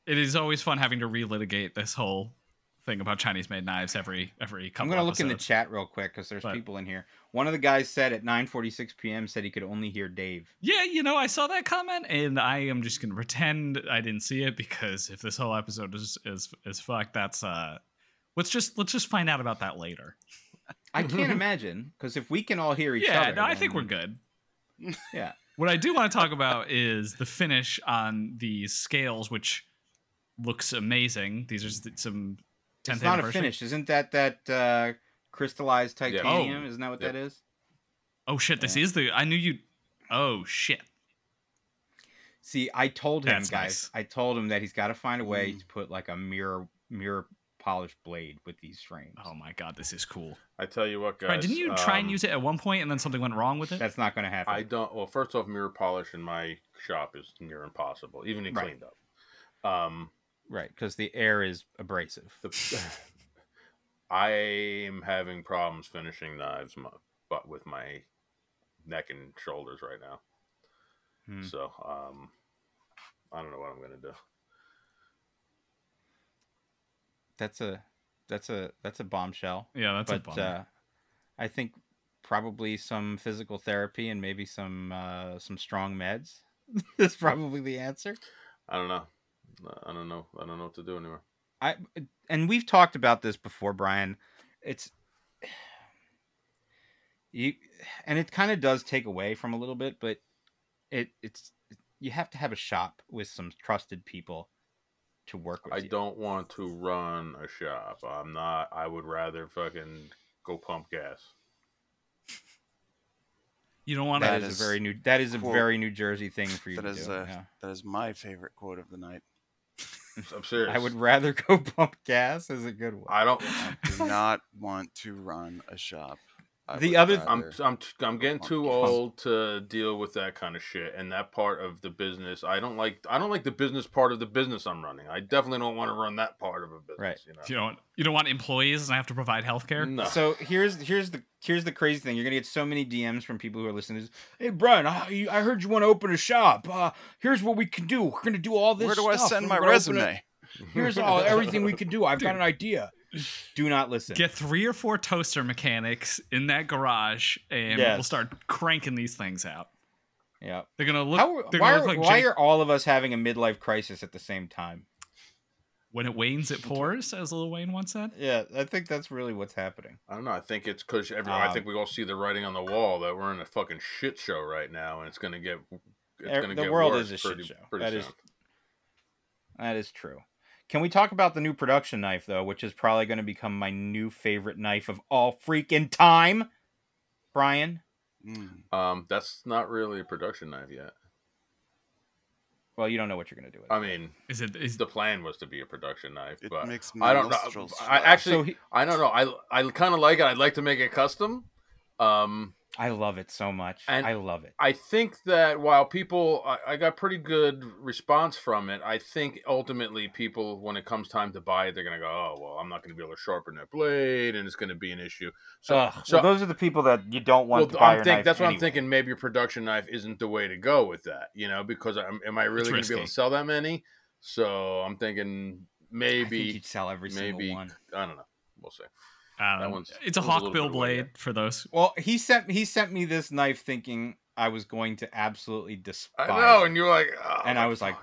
B: It is always fun having to relitigate this whole thing about Chinese made knives every every
A: I'm
B: couple.
A: gonna look in the
B: episodes.
A: chat real quick because there's
B: But-
A: people in here. One of the guys said at 9:46 p.m. said he could only hear Dave.
B: Yeah, you know, I saw that comment, and I am just gonna pretend I didn't see it because if this whole episode is is is fucked, that's uh, let's just let's just find out about that later.
A: I can't imagine because if we can all hear each
B: Mm-hmm. yeah,
A: other,
B: no, I think
A: then-
B: we're good.
A: Yeah.
B: What I do want to talk about is the finish on the scales, which looks amazing. These are s- some
A: It's
B: tenth
A: not a
B: anniversary.
A: finish, isn't that that uh, crystallized
D: Yeah.
A: titanium?
B: Oh.
A: Isn't that what
D: Yep.
A: that is?
B: Oh shit! This
A: Yeah.
B: is the. I knew you. Oh shit!
A: See, I told him,
B: That's
A: guys.
B: nice.
A: I told him that he's got to find a way
C: Mm.
A: to put like a mirror mirror polished blade with these frames.
B: Oh my god, this is cool.
D: I tell you what, guys.
B: Right, didn't you try and
D: um,
B: use it at one point and then something went wrong with it?
A: That's not gonna happen.
D: I don't. Well, first off, mirror polish in my shop is near impossible, even if
A: Right.
D: cleaned up. Um,
A: Right, because the air is abrasive.
D: The, I am having problems finishing knives, my, but with my neck and shoulders right now.
A: Hmm.
D: So um, I don't know what I'm gonna do.
A: That's a that's a that's a bombshell.
B: yeah, that's a
A: but
B: bummer.
A: uh, I think probably some physical therapy and maybe some uh, some strong meds is probably the answer.
D: I don't know. Uh, I don't know. I don't know what to do anymore.
A: I and we've talked about this before, Brian. It's you, and it kind of does take away from a little bit, but it it's you have to have a shop with some trusted people to work with.
D: I
A: you.
D: don't want to run a shop. I'm not. I would rather fucking go pump gas.
B: you don't want
A: That
B: to.
C: That
A: is
C: is
A: a very new. That is a
C: cool.
A: very New Jersey thing for you
C: That
A: to
C: is
A: do.
C: a-
A: yeah.
C: That is my favorite quote of the night.
D: I'm serious.
A: I would rather go pump gas is a good one.
D: I don't.
C: I do not want to run a shop. I
A: The
C: would
A: other-
D: I'm
C: rather-
D: I'm t- I'm getting
C: Pump
D: too
C: gas.
D: old to deal with that kind of shit and that part of the business. I don't like I don't like the business part of the business I'm running. I definitely don't want to run that part of a business.
A: Right.
D: You
B: You
D: know.
B: don't. You don't want employees and I have to provide healthcare.
D: No.
A: So here's here's the here's the crazy thing. You're gonna get so many DMs from people who are listening. Is, hey Brian, I, you- I heard you want to open a shop. Uh, here's what we can do. We're gonna do all this.
C: Where do I
A: stuff,
C: send
A: and
C: my
A: we're gonna open
C: resume?
A: a- here's all everything we can do. I've got an idea. Do not listen.
B: Get three or four toaster mechanics in that garage, and
A: Yes.
B: we'll start cranking these things out.
A: yeah.
B: They're gonna look.
A: How,
B: they're
A: why
B: gonna
A: are,
B: look like
A: why
B: Jake-
A: are all of us having a midlife crisis at the same time?
B: when it wanes, it pours, as Lil Wayne once said.
A: Yeah, I think that's really what's happening.
D: I don't know. I think it's because everyone. I
A: Um,
D: think we all see the writing on the wall that we're in a fucking shit show right now, and it's gonna get. It's
A: Er-
D: gonna
A: the
D: get
A: world
D: worse
A: is a shit
D: pretty,
A: show.
D: Pretty
A: That is-
D: soon.
A: That is true. Can we talk about the new production knife though, which is probably going to become my new favorite knife of all freaking time, Brian?
C: Mm.
D: Um, that's not really a production knife yet.
A: Well, you don't know what you're going to do with it.
D: I mean,
B: Is it? Is
D: the plan was to be a production knife,
C: It
D: but
C: makes my
D: I don't know.
C: nostrils
D: I
C: flash.
D: actually,
A: so he,
D: I don't know. I I kind of like it. I'd like to make it custom. Um,
A: I love it so much.
D: And-
A: I love it.
D: I think that while people, I, I got pretty good response from it. I think ultimately people, when it comes time to buy it, they're gonna go, "Oh well, I'm not gonna be able to sharpen that blade, and it's gonna be an issue." So,
A: Ugh,
D: so
A: well, those are the people that you don't want to
D: well,
A: buy
D: I'm
A: your
D: think
A: knife
D: that's what I'm
A: anyway.
D: thinking. Maybe a production knife isn't the way to go with that, you know? Because I'm, am I really gonna be able
B: risky.
D: to sell that many? So I'm thinking
A: I think
D: maybe
A: you'd sell every single
D: maybe-
A: one.
D: I don't know. We'll see.
B: Um,
D: That one's-
B: it's a
D: that was a little
B: hawkbill
D: bit away, yeah.
B: blade for those.
A: Well, he sent he sent me this knife thinking I was going to absolutely
D: I
A: despise.
D: know,
A: it.
D: and you're like, oh,
A: And I was like,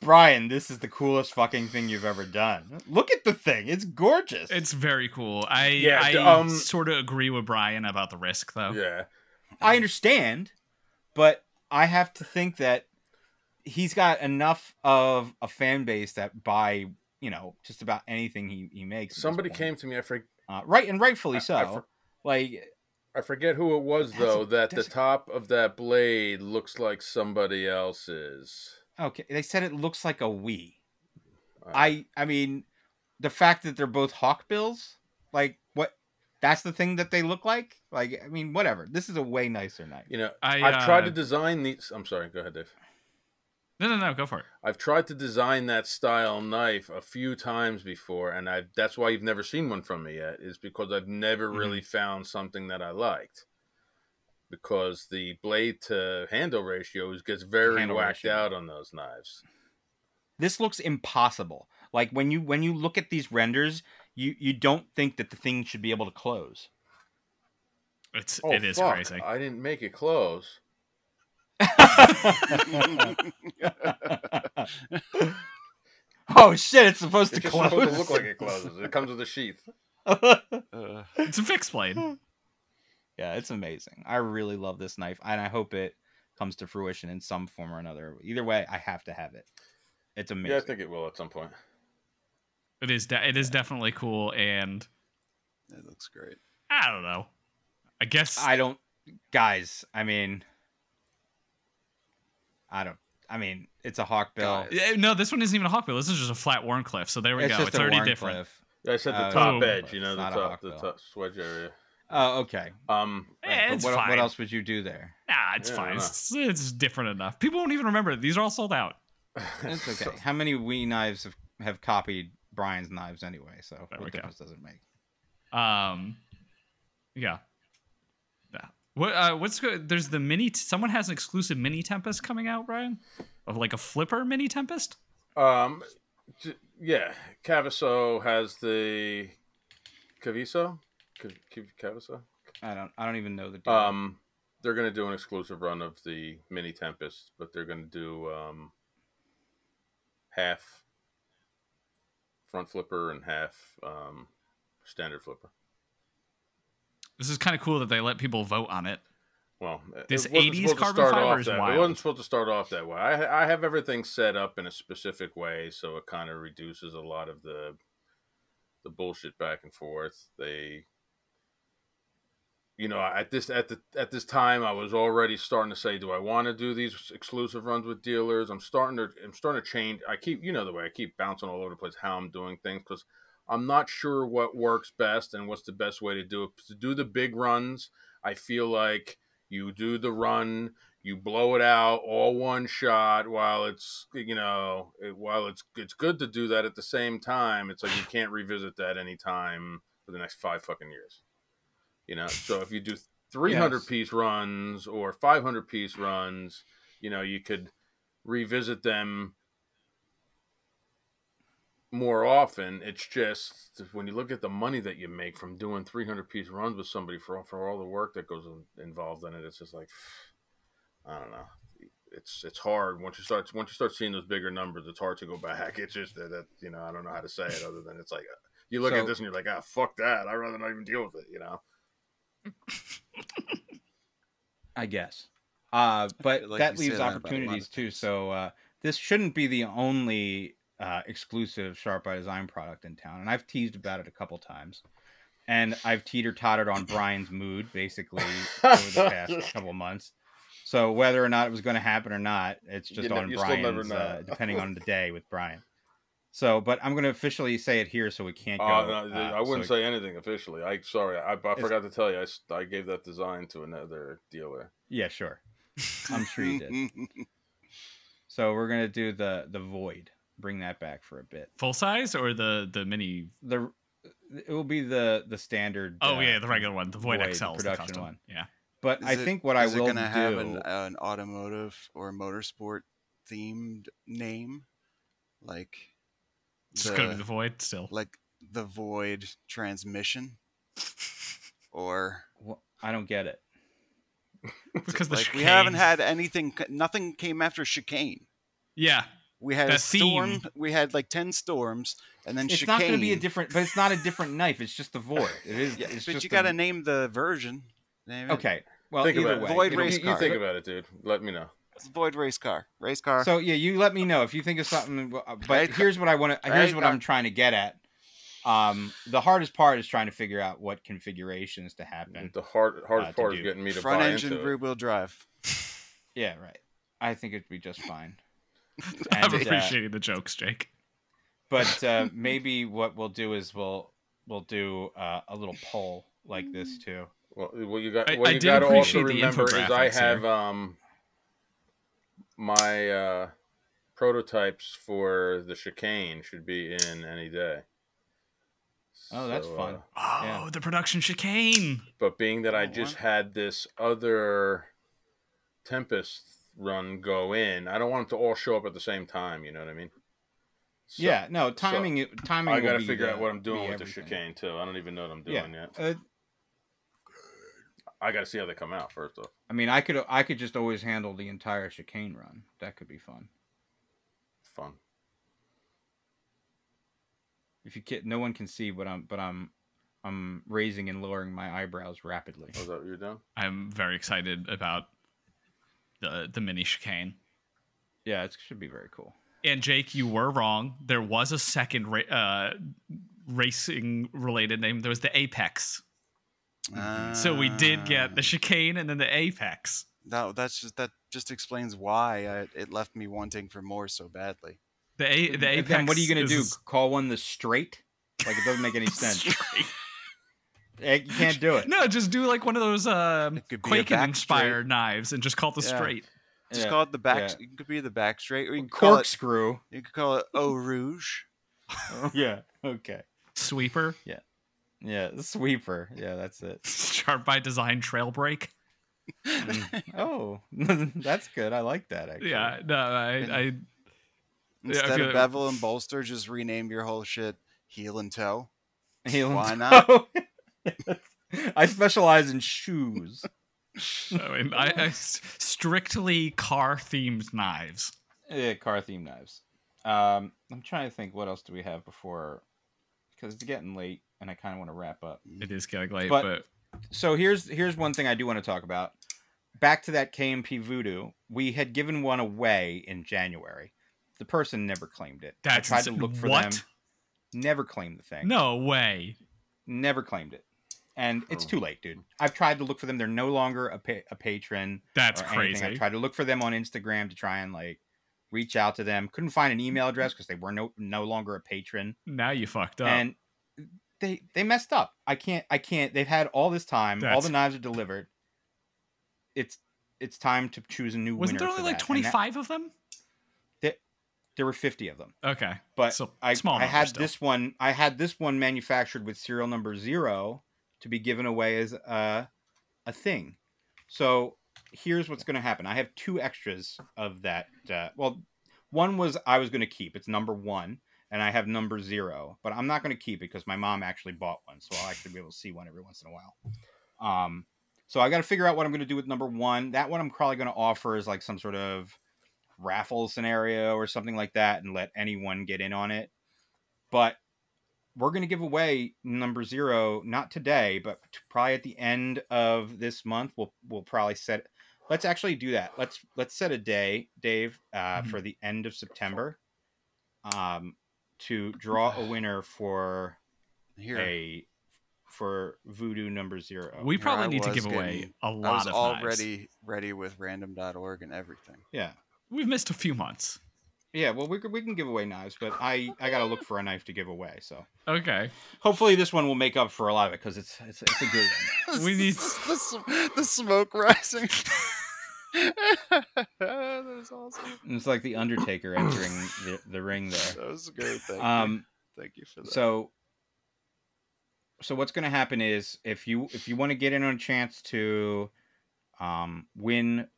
A: Brian, this is the coolest fucking thing you've ever done. Look at the thing; it's gorgeous.
B: It's very cool. I
D: Yeah,
B: I
D: d- um,
B: sort of agree with Brian about the risk though.
D: yeah,
A: I understand, but I have to think that he's got enough of a fan base that buy you know just about anything he, he makes. at this
D: somebody
A: point.
D: came to me. I, for,
A: uh, right and rightfully
D: I- I
A: so.
D: for-
A: like
D: I forget who it was
A: That's a-
D: though. that the
A: that's a-
D: top of that blade looks like somebody else's.
A: okay, they said it looks like a Wii.
D: Uh,
A: I I mean, the fact that they're both hawk bills, like what? That's the thing that they look like. Like I mean, whatever. This is a way nicer knife.
D: you know,
B: I,
D: I've tried to
B: uh,
D: design these. I'm sorry. Go ahead, Dave.
B: No, no, no. Go for it.
D: I've tried to design that style knife a few times before, and I that's why you've never seen one from me yet, is because I've never
B: Mhm.
D: really found something that I liked. Because the blade to handle ratio is- gets very
A: Handle
D: whacked
A: ratio.
D: out on those knives.
A: This looks impossible. Like when you when you look at these renders, you you don't think that the thing should be able to close.
B: It's
D: Oh,
B: it is
D: fuck,
B: crazy.
D: I didn't make it close.
A: oh shit! It's supposed
D: It's
A: to
D: just
A: close.
D: supposed to look like it closes. It comes with a sheath.
C: Uh,
B: It's a fixed blade.
A: yeah, it's amazing. I really love this knife, and I hope it comes to fruition in some form or another. Either way, I have to have it. It's amazing.
D: Yeah, I think it will at some point.
B: It is. De- it is definitely cool, and
C: it looks great.
B: I don't know. I guess
A: I don't, guys. I mean, I don't. I mean, it's a hawk bill.
C: Guys.
B: Eh, no. This one isn't even a hawkbill. This is just a flat Warncliffe. So there we
A: It's
B: go.
A: just
B: It's
A: a
B: already
A: Warncliffe.
B: different.
D: I said the
A: Uh,
D: top
B: oh,
D: edge, you know,
A: it's
D: the
A: not a
D: top, the
A: hawkbill.
D: top swedge area.
A: Oh, okay.
D: Um,
B: Eh, it's
A: But what,
B: fine.
A: what else would you do there?
B: Nah, it's
D: Yeah, I
B: fine.
D: don't
B: It's, it's different enough. People won't even remember. it. These are all sold out.
A: It's okay. How many Wii knives have, have copied Brian's knives anyway? So
B: There we
A: what
B: go.
A: difference does it make?
B: Um, yeah. Yeah. What uh, what's good? There's the mini. someone has an exclusive mini Tempest coming out, Brian, of like a flipper mini Tempest.
D: Um, j- yeah, Cavasso has the Caviso, Cav- Cav- Cavasso.
A: I don't. I don't even know the. deal.
D: Um, they're gonna do an exclusive run of the Mini Tempest, but they're gonna do um half front flipper and half um standard flipper.
B: This is kind of cool that they let people vote on it.
D: Well, it- it
B: This
D: wasn't
B: 80s
D: supposed to
B: carbon
D: start
B: fiber
D: off
B: is
D: that- It
B: wild.
D: wasn't supposed to start off that way. I, I have everything set up in a specific way, so it kind of reduces a lot of the the bullshit back and forth. They, you know, at this at the at this time, I was already starting to say, do I want to do these exclusive runs with dealers? I'm starting to I'm starting to change. I keep you know the way I keep bouncing all over the place how I'm doing things because I'm not sure what works best and what's the best way to do it. To do the big runs, I feel like you do the run you blow it out all one shot while it's you know it, while it's it's good to do that at the same time it's like you can't revisit that anytime for the next five fucking years you know so if you do 300
A: Yes.
D: piece runs or 500 piece runs you know you could revisit them more often it's just when you look at the money that you make from doing 300 piece runs with somebody for, for all the work that goes in, involved in it it's just like I don't know. It's it's hard once you start once you start seeing those bigger numbers. It's hard to go back. It's just that, that you know I don't know how to say it other than it's like uh, you look
A: So-
D: at this and you're like ah fuck that. I'd rather not even deal with it. You know.
A: I guess. Uh, but
C: feel like
A: that
C: you say
A: leaves
C: that about a lot of
A: opportunities too.
C: things.
A: So uh, this shouldn't be the only uh, exclusive Sharp by Design product in town, and I've teased about it a couple times, and I've teeter tottered on Brian's mood basically over the past couple months. So whether or not it was going to happen or not, it's just
D: You ne-
A: on
D: you still never
A: Brian's,
D: know.
A: uh, depending on the day with Brian. So, but I'm going to officially say it here, so we can't go.
D: Uh, no, th-
A: uh,
D: I wouldn't
A: so-
D: say anything officially. I sorry, I, I
A: It's-
D: forgot to tell you. I, s- I gave that design to another dealer.
A: Yeah, sure. I'm sure you did. So we're gonna do the the void. Bring that back for a bit.
B: Full size or the the mini?
A: the it will be the the standard.
B: Oh
A: uh,
B: yeah, the regular one, the Void,
A: Void, the
B: XL, is the
A: production
B: custom.
A: one.
B: Yeah.
A: But I
C: Is it-
A: think what I
C: is
A: will
C: it gonna have
A: do.
C: an, uh, an automotive or motorsport themed name, like
B: It's just gonna be the Void still.
C: like the void transmission or
A: Wha- I don't get it.
B: because the
C: like we
B: chicane-
C: haven't had anything nothing came after chicane
B: yeah
C: we had
B: The
C: a storm
B: theme.
C: we had like 10 storms and then
A: It's
C: chicane
A: not going to be a different, but it's not a different knife. It's just the void. It is.
C: yeah,
A: it's
C: but
A: just
C: you got to
A: a,
C: name the version name it.
A: Okay. Well,
D: Think
A: either
D: about it.
A: way,
C: Void
A: it'll
C: race
A: be-
D: you, you
C: car.
D: think about it, dude. Let me know.
C: void race car race car
A: So yeah, you let me know if you think of something. uh, But
C: Right.
A: here's what I want to. Here's
C: Right.
A: what I'm trying to get at. Um, the hardest part is trying to figure out what configurations to
C: Mm-hmm.
A: happen.
D: The hard hardest
A: uh, to
D: part is
A: do.
D: getting me to
C: front
D: buy
C: engine
D: into it.
C: rear wheel drive
A: Yeah, right. I think it'd be just fine.
B: i'm
A: And, uh,
B: appreciating the jokes jake
A: but uh, maybe what we'll do is we'll we'll do uh, a little poll like this too.
D: Well, what you got?
B: I-
D: What
B: I
D: you
B: do
D: got to also
B: appreciate the
D: remember is I
B: infographics
D: have
B: here.
D: um my uh, prototypes for the chicane should be in any day.
A: Oh, that's
D: So,
A: fun.
D: uh,
B: oh
A: Yeah.
B: the production chicane
D: but being that I
C: Oh,
D: just
C: wow.
D: had this other Tempest run go in, I don't want them to all show up at the same time. You know what I mean? So
A: yeah, no timing. timing.
D: I
A: will
D: gotta
A: be
D: figure
A: the-
D: out what I'm doing
A: be
D: with
A: everything.
D: the chicane too. I don't even know what I'm
A: Yeah.
D: doing yet.
A: Uh,
D: I gotta see how they come out first, though.
A: I mean, I could I could just always handle the entire chicane run. That could be fun.
D: Fun.
A: If you can, no one can see, but I'm but I'm I'm raising and lowering my eyebrows rapidly.
D: Was Oh, that what you're doing?
B: i'm very excited about the the mini chicane
A: Yeah, it should be very cool.
B: and Jake, you were wrong. There was a second ra- uh, racing related name. There was the Apex.
C: Mm-hmm. Uh,
B: So we did get the
C: Ah.
B: chicane and then the Apex.
C: that that's just that just explains why I, it left me wanting for more so badly.
B: The, a- the
A: And
B: Apex.
A: then what are you gonna do?
B: is-
A: Call one the straight? Like it doesn't make any sense. Eh, You can't do it.
B: No, just do like one of those um,
C: It could be a
B: Quaken
C: back
B: inspired knives and just call it the
C: Yeah.
B: straight.
C: Just
A: Yeah.
C: call it the back.
A: yeah.
C: It could be the back straight, or you could call it.
A: Corkscrew.
C: You could call it Eau Rouge.
A: yeah. Okay.
B: Sweeper,
A: Yeah. the Sweeper. Yeah, that's it.
B: sharp by design trail break.
A: Mm. oh, that's good. I like that actually.
B: Yeah, no, I, I
C: Instead
B: feel
C: of
B: it-
C: bevel and bolster, just rename your whole shit heel and toe.
A: Heel and
C: Why
A: toe. I specialize in shoes.
B: I, mean, I, I s- strictly car themed knives.
A: Yeah, car theme knives. Um, I'm trying to think what else do we have before because it's getting late and I kind of want to wrap up.
B: It is getting late,
A: But-
B: but
A: So here's here's one thing I do want to talk about. Back to that KMP Voodoo. We had given one away in January. The person never claimed it. I
B: That's
A: tried to
B: insane.
A: look for
B: What?
A: them. Never claimed the thing.
B: no way.
A: never claimed it and it's
D: Oh.
A: too late dude i've tried to look for them they're no longer a, pa- a patron
B: That's
A: or
B: crazy.
A: anything. i tried to look for them on instagram to try and like reach out to them couldn't find an email address because they were no no longer a patron
B: Now you fucked up.
A: and they they messed up i can't i can't they've had all this time all
B: That's-
A: the knives are delivered it's it's time to choose a new
B: Wasn't there
A: winner
B: only
A: for
B: like
A: that, and that-
B: 25 of them?
A: there were 50 of them
B: Okay.
A: but
B: So,
A: I,
B: small
A: I
B: number
A: had
B: still.
A: this one I had this one manufactured with serial number zero to be given away as a, a thing. So here's what's going to happen. I have two extras of that. Uh, well, one was I was going to keep. It's number one, and I have number zero, but I'm not going to keep it because my mom actually bought one, so I'll actually be able to see one every once in a while. Um, so I got to figure out what I'm going to do with number one. That one I'm probably going to offer is like some sort of raffle scenario or something like that and let anyone get in on it. But we're going to give away number zero, not today, but t- probably at the end of this month. We'll, we'll probably set, let's actually do that. Let's, let's set a day, Dave, uh,
B: Mhm.
A: for the end of September, um, to draw a winner for
C: Here,
A: a, for voodoo number zero.
B: we
C: here I
B: probably need to
C: was
B: give away
C: getting-
B: a
C: I was
B: lot of knives.
C: already ready with random.org and everything.
A: yeah.
B: We've missed a few months.
A: Yeah. Well, we, could- we can give away knives, but I, I got to look for a knife to give away. So,
B: Okay.
A: Hopefully, this one will make up for a lot of it because it's, it's it's a good one.
B: We need-
C: the, sm- the smoke rising. that was awesome.
A: And It's like the Undertaker entering the, the ring there.
C: That was great. Thank
A: Um,
C: you. Thank you for that.
A: so so what's going to happen is if you if you want to get in on a chance to um, win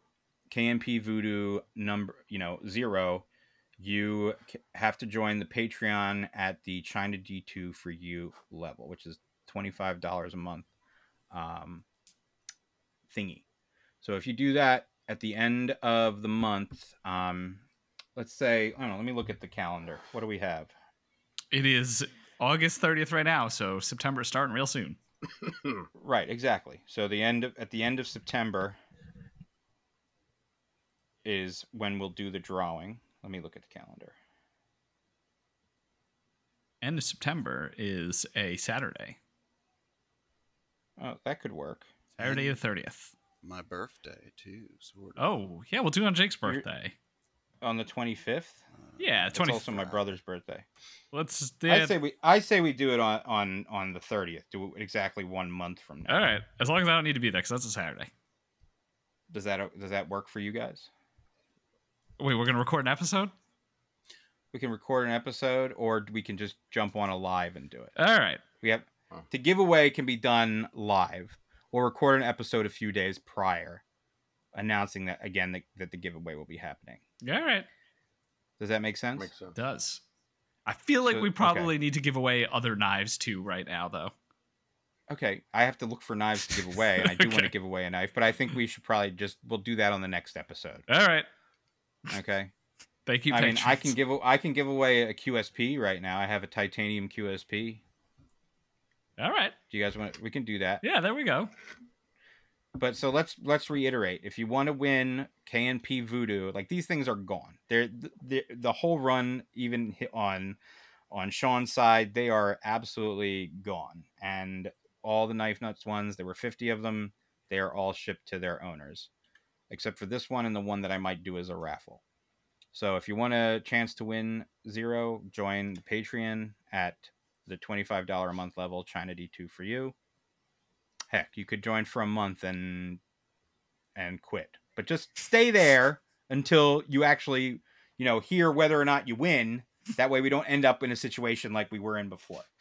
A: KMP Voodoo number you know zero, you c- have to join the Patreon at the China D2 for you level, which is $25 a month um, thingy. So if you do that at the end of the month, um, let's say, I don't know, let me look at the calendar. What do we have?
B: It is August 30th right now, so September is starting real soon.
A: Right, exactly. So the end of, at the end of September is when we'll do the drawing. Let me look at the calendar.
B: End of September is a Saturday,
A: Oh, that could work.
B: Saturday the 30th.
C: My birthday too, sort of.
B: Oh, yeah, we'll do it on Jake's
A: You're-
B: birthday.
A: On the 25th?
C: Uh,
B: Yeah,
A: That's
B: 20.
A: also my brother's birthday.
B: Let's
A: I
B: yeah,
A: say we I say we do it on on on the 30th. Do it exactly 1 month from now.
B: All right, as long as I don't need to be there, because that's a Saturday.
A: Does that does that work for you guys?
B: Wait, we're gonna record an episode.
A: We can record an episode or we can just jump on a live and do it.
B: All right,
A: We have
D: Oh.
A: the giveaway can be done live or record an episode a few days prior announcing that again that, that the giveaway will be happening.
B: all right,
A: Does that make sense?
D: Makes sense.
B: does. I feel like
A: So-
B: we
A: okay.
B: probably need to give away other knives too right now, though.
A: Okay, I have to look for knives to give away and I do want
B: Okay.
A: to give away a knife, but I think we should probably just we'll do that on the next episode,
B: All right,
A: okay?
B: thank you.
A: I mean, I
B: patrons.
A: can give a- I can give away a QSP right now. I have a titanium QSP.
B: All right,
A: Do you guys want? to We can do that.
B: yeah, there we go.
A: But so let's let's reiterate. If you want to win KNP Voodoo, like these things are gone. They're, they the whole run, even hit on on Sean's side, they are absolutely gone. And all the knife nuts ones, there were fifty of them. They are all shipped to their owners, except for this one and the one that I might do as a raffle. So if you want a chance to win zero, join the Patreon at the twenty-five dollar a month level. China D two for you. Heck, you could join for a month and and quit, but just stay there until you actually, you know, hear whether or not you win. That way, we don't end up in a situation like we were in before.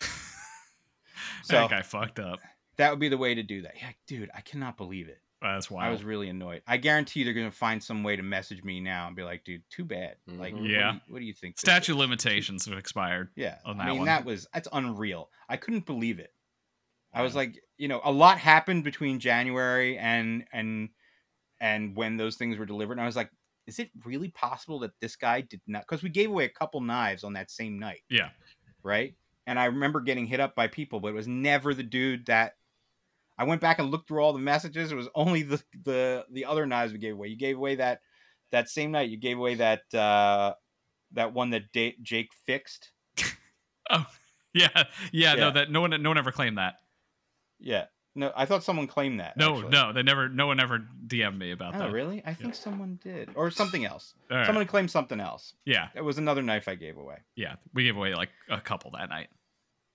A: So
B: that guy fucked up.
A: that would be the way to do that. Yeah, dude, I cannot believe it.
B: That's wild.
A: I was really annoyed. I guarantee they're gonna find some way to message me now and be like, "Dude, too bad. Like,
D: Mhm.
A: what do
B: Yeah.
A: you- what do you think? this
B: Statue
A: is?"
B: limitations have expired.
A: Yeah,
B: on
A: I
B: that
A: mean
B: one.
A: that was that's unreal. I couldn't believe it. I was
B: Wow.
A: like, you know, a lot happened between January and and and when those things were delivered. And I was like, is it really possible that this guy did not? Because we gave away a couple knives on that same night.
B: Yeah.
A: Right. And I remember getting hit up by people, but it was never the dude that. I went back and looked through all the messages. It was only the the the other knives we gave away. You gave away that that same night. You gave away that uh, that one that Da- Jake fixed.
B: Yeah, yeah,
A: Yeah.
B: no, that no one, no one ever claimed that.
A: Yeah. No, I thought someone claimed that.
B: No,
A: actually.
B: no, they never, no one ever DM'd me about
A: Oh,
B: that.
A: really? I think someone did, or something else.
B: All right.
A: Someone claimed something else.
B: Yeah,
A: It was another knife I gave away.
B: yeah, we gave away like a couple that night.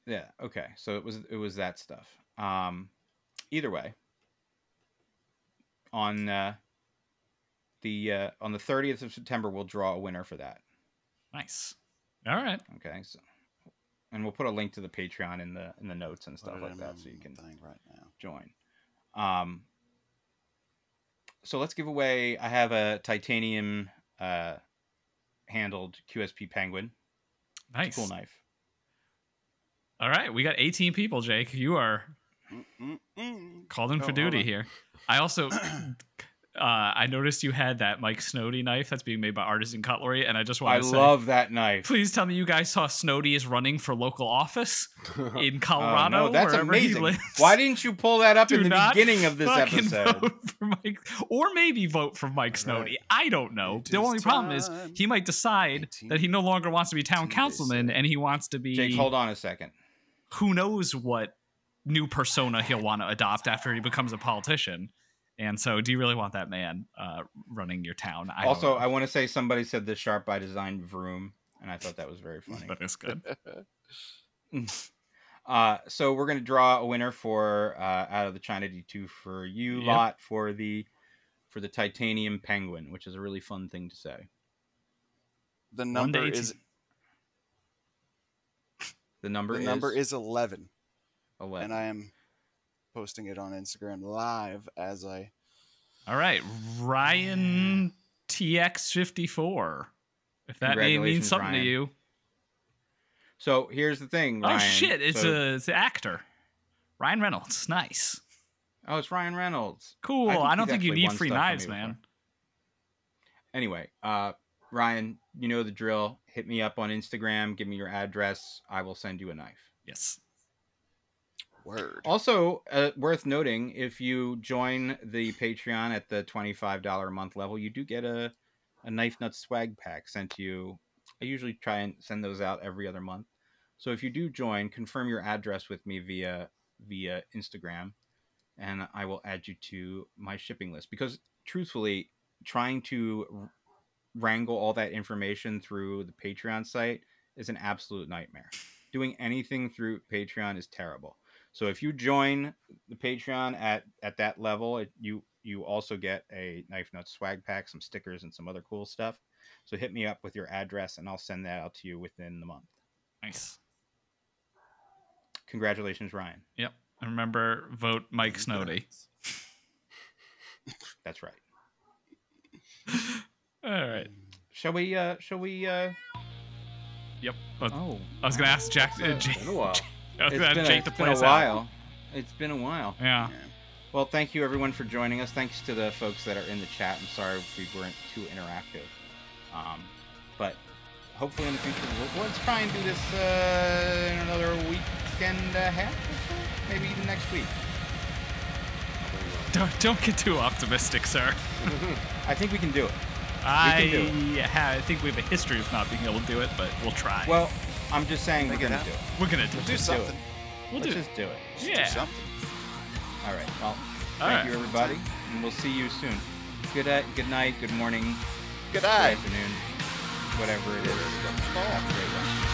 A: Yeah. Okay. So it was it was that stuff. Um, either way, on uh, the uh, on the thirtieth of September, we'll draw a winner for that.
B: Nice. All right.
A: Okay. So, and we'll put a link to the Patreon in the in the notes and stuff
C: Put it
A: like
C: in
A: that,
C: my
A: so you can
C: um, thing right now.
A: join. Um, so let's give away. I have a titanium uh, handled QSP penguin.
B: Nice.
A: Cool knife.
B: All right, we got 18 people, Jake. You are
C: Mm, mm,
B: called in
A: Oh,
B: for
A: hold
B: duty
A: on.
B: here. I also uh,
C: mm.
B: I noticed you had that Mike Snowdy knife that's being made by Artisan Cutlery, and I just want
A: I
B: to say,
A: love that knife.
B: please tell me you guys saw Snowdy is running for local office in Colorado.
A: oh, no, that's
B: wherever
A: amazing.
B: He lives.
A: Why didn't you pull that up
B: Do
A: in the
B: not
A: beginning of this
B: fucking
A: episode?
B: vote for Mike, or maybe vote for Mike
C: All right.
B: Snowdy. I don't know.
C: It
B: the
C: is
B: only problem is
C: time.
B: he might decide
C: 18.
B: that he no longer wants to be town
C: 18, they
B: councilman
C: said.
B: and he wants to be
A: Jake, hold on a second.
B: who knows what new persona he'll want to adopt after he becomes a politician. And so, do you really want that man uh, running your town? I don't
A: also,
B: know.
A: I want to say somebody said the sharp by design vroom, and I thought that was very funny.
B: that is good.
A: Uh, so we're gonna draw a winner for uh, out of the China D2 for you
B: Yep.
A: lot for the for the titanium penguin, which is a really fun thing to say.
C: The
B: One to
C: number is
B: 18.
A: The number
C: the
A: is
C: number is eleven,
A: eleven.
C: and I am posting it on Instagram live as I
B: All right, Ryan TX fifty four If that name means
A: Congratulations,
B: something
A: Ryan.
B: to you.
A: So here's the thing. Ryan.
B: Oh shit! It's
A: So-
B: a it's an actor, Ryan Reynolds. Nice,
A: oh, it's Ryan Reynolds.
B: cool.
A: think
B: I, don't
A: he's
B: think you
A: actually
B: need
A: won
B: free
A: stuff for me
B: knives,
A: before.
B: man.
A: Anyway, uh, Ryan, you know the drill. Hit me up on Instagram. Give me your address. I will send you a knife.
B: Yes.
C: Word.
A: Also, uh, worth noting, if you join the Patreon at the twenty-five dollar a month level, you do get a a knife nut swag pack sent to you. I usually try and send those out every other month. So if you do join, confirm your address with me via via Instagram, and I will add you to my shipping list. Because truthfully, trying to wrangle all that information through the Patreon site is an absolute nightmare. Doing anything through Patreon is terrible. So if you join the Patreon at at that level, it, you you also get a knife nuts swag pack, some stickers, and some other cool stuff. So hit me up with your address, and I'll send that out to you within the month.
B: Nice.
A: Congratulations, Ryan.
B: Yep. I remember vote Mike Snowdy.
A: That's right.
B: All right.
C: Mm,
A: Shall we? uh Shall we? uh
B: Yep. But
A: Oh,
B: I was gonna ask Jack. Uh, Jake,
D: Been a while.
B: I was
A: it's
B: gonna ask
A: been, a,
B: Jake to
A: it's
B: play
A: been a
B: us out.
A: while. It's been a while.
B: Yeah.
A: Well, thank you everyone for joining us. Thanks to the folks that are in the chat. I'm sorry if we weren't too interactive, um, but hopefully in the future we'll, let's try and do this uh, in another weekend and a half, or so. maybe even next week.
B: Don't don't get too optimistic, sir.
A: I think we can do it.
B: I
A: can do
B: ha- I think we have a history of not being able to do it, but we'll try.
A: Well, I'm just saying
C: Make
A: we're
C: it
A: gonna
C: happen.
A: do it.
B: we're gonna do
C: We'll
B: it.
C: do something.
B: We'll do
A: let's
B: it.
A: just do it.
C: Just
B: Yeah.
C: Do something.
A: All right. Well, thank
B: All right.
A: you everybody, and we'll see you soon. Good uh, good night. Good morning.
C: Good
A: Good
C: eye.
A: afternoon. Whatever it is. Have a great one.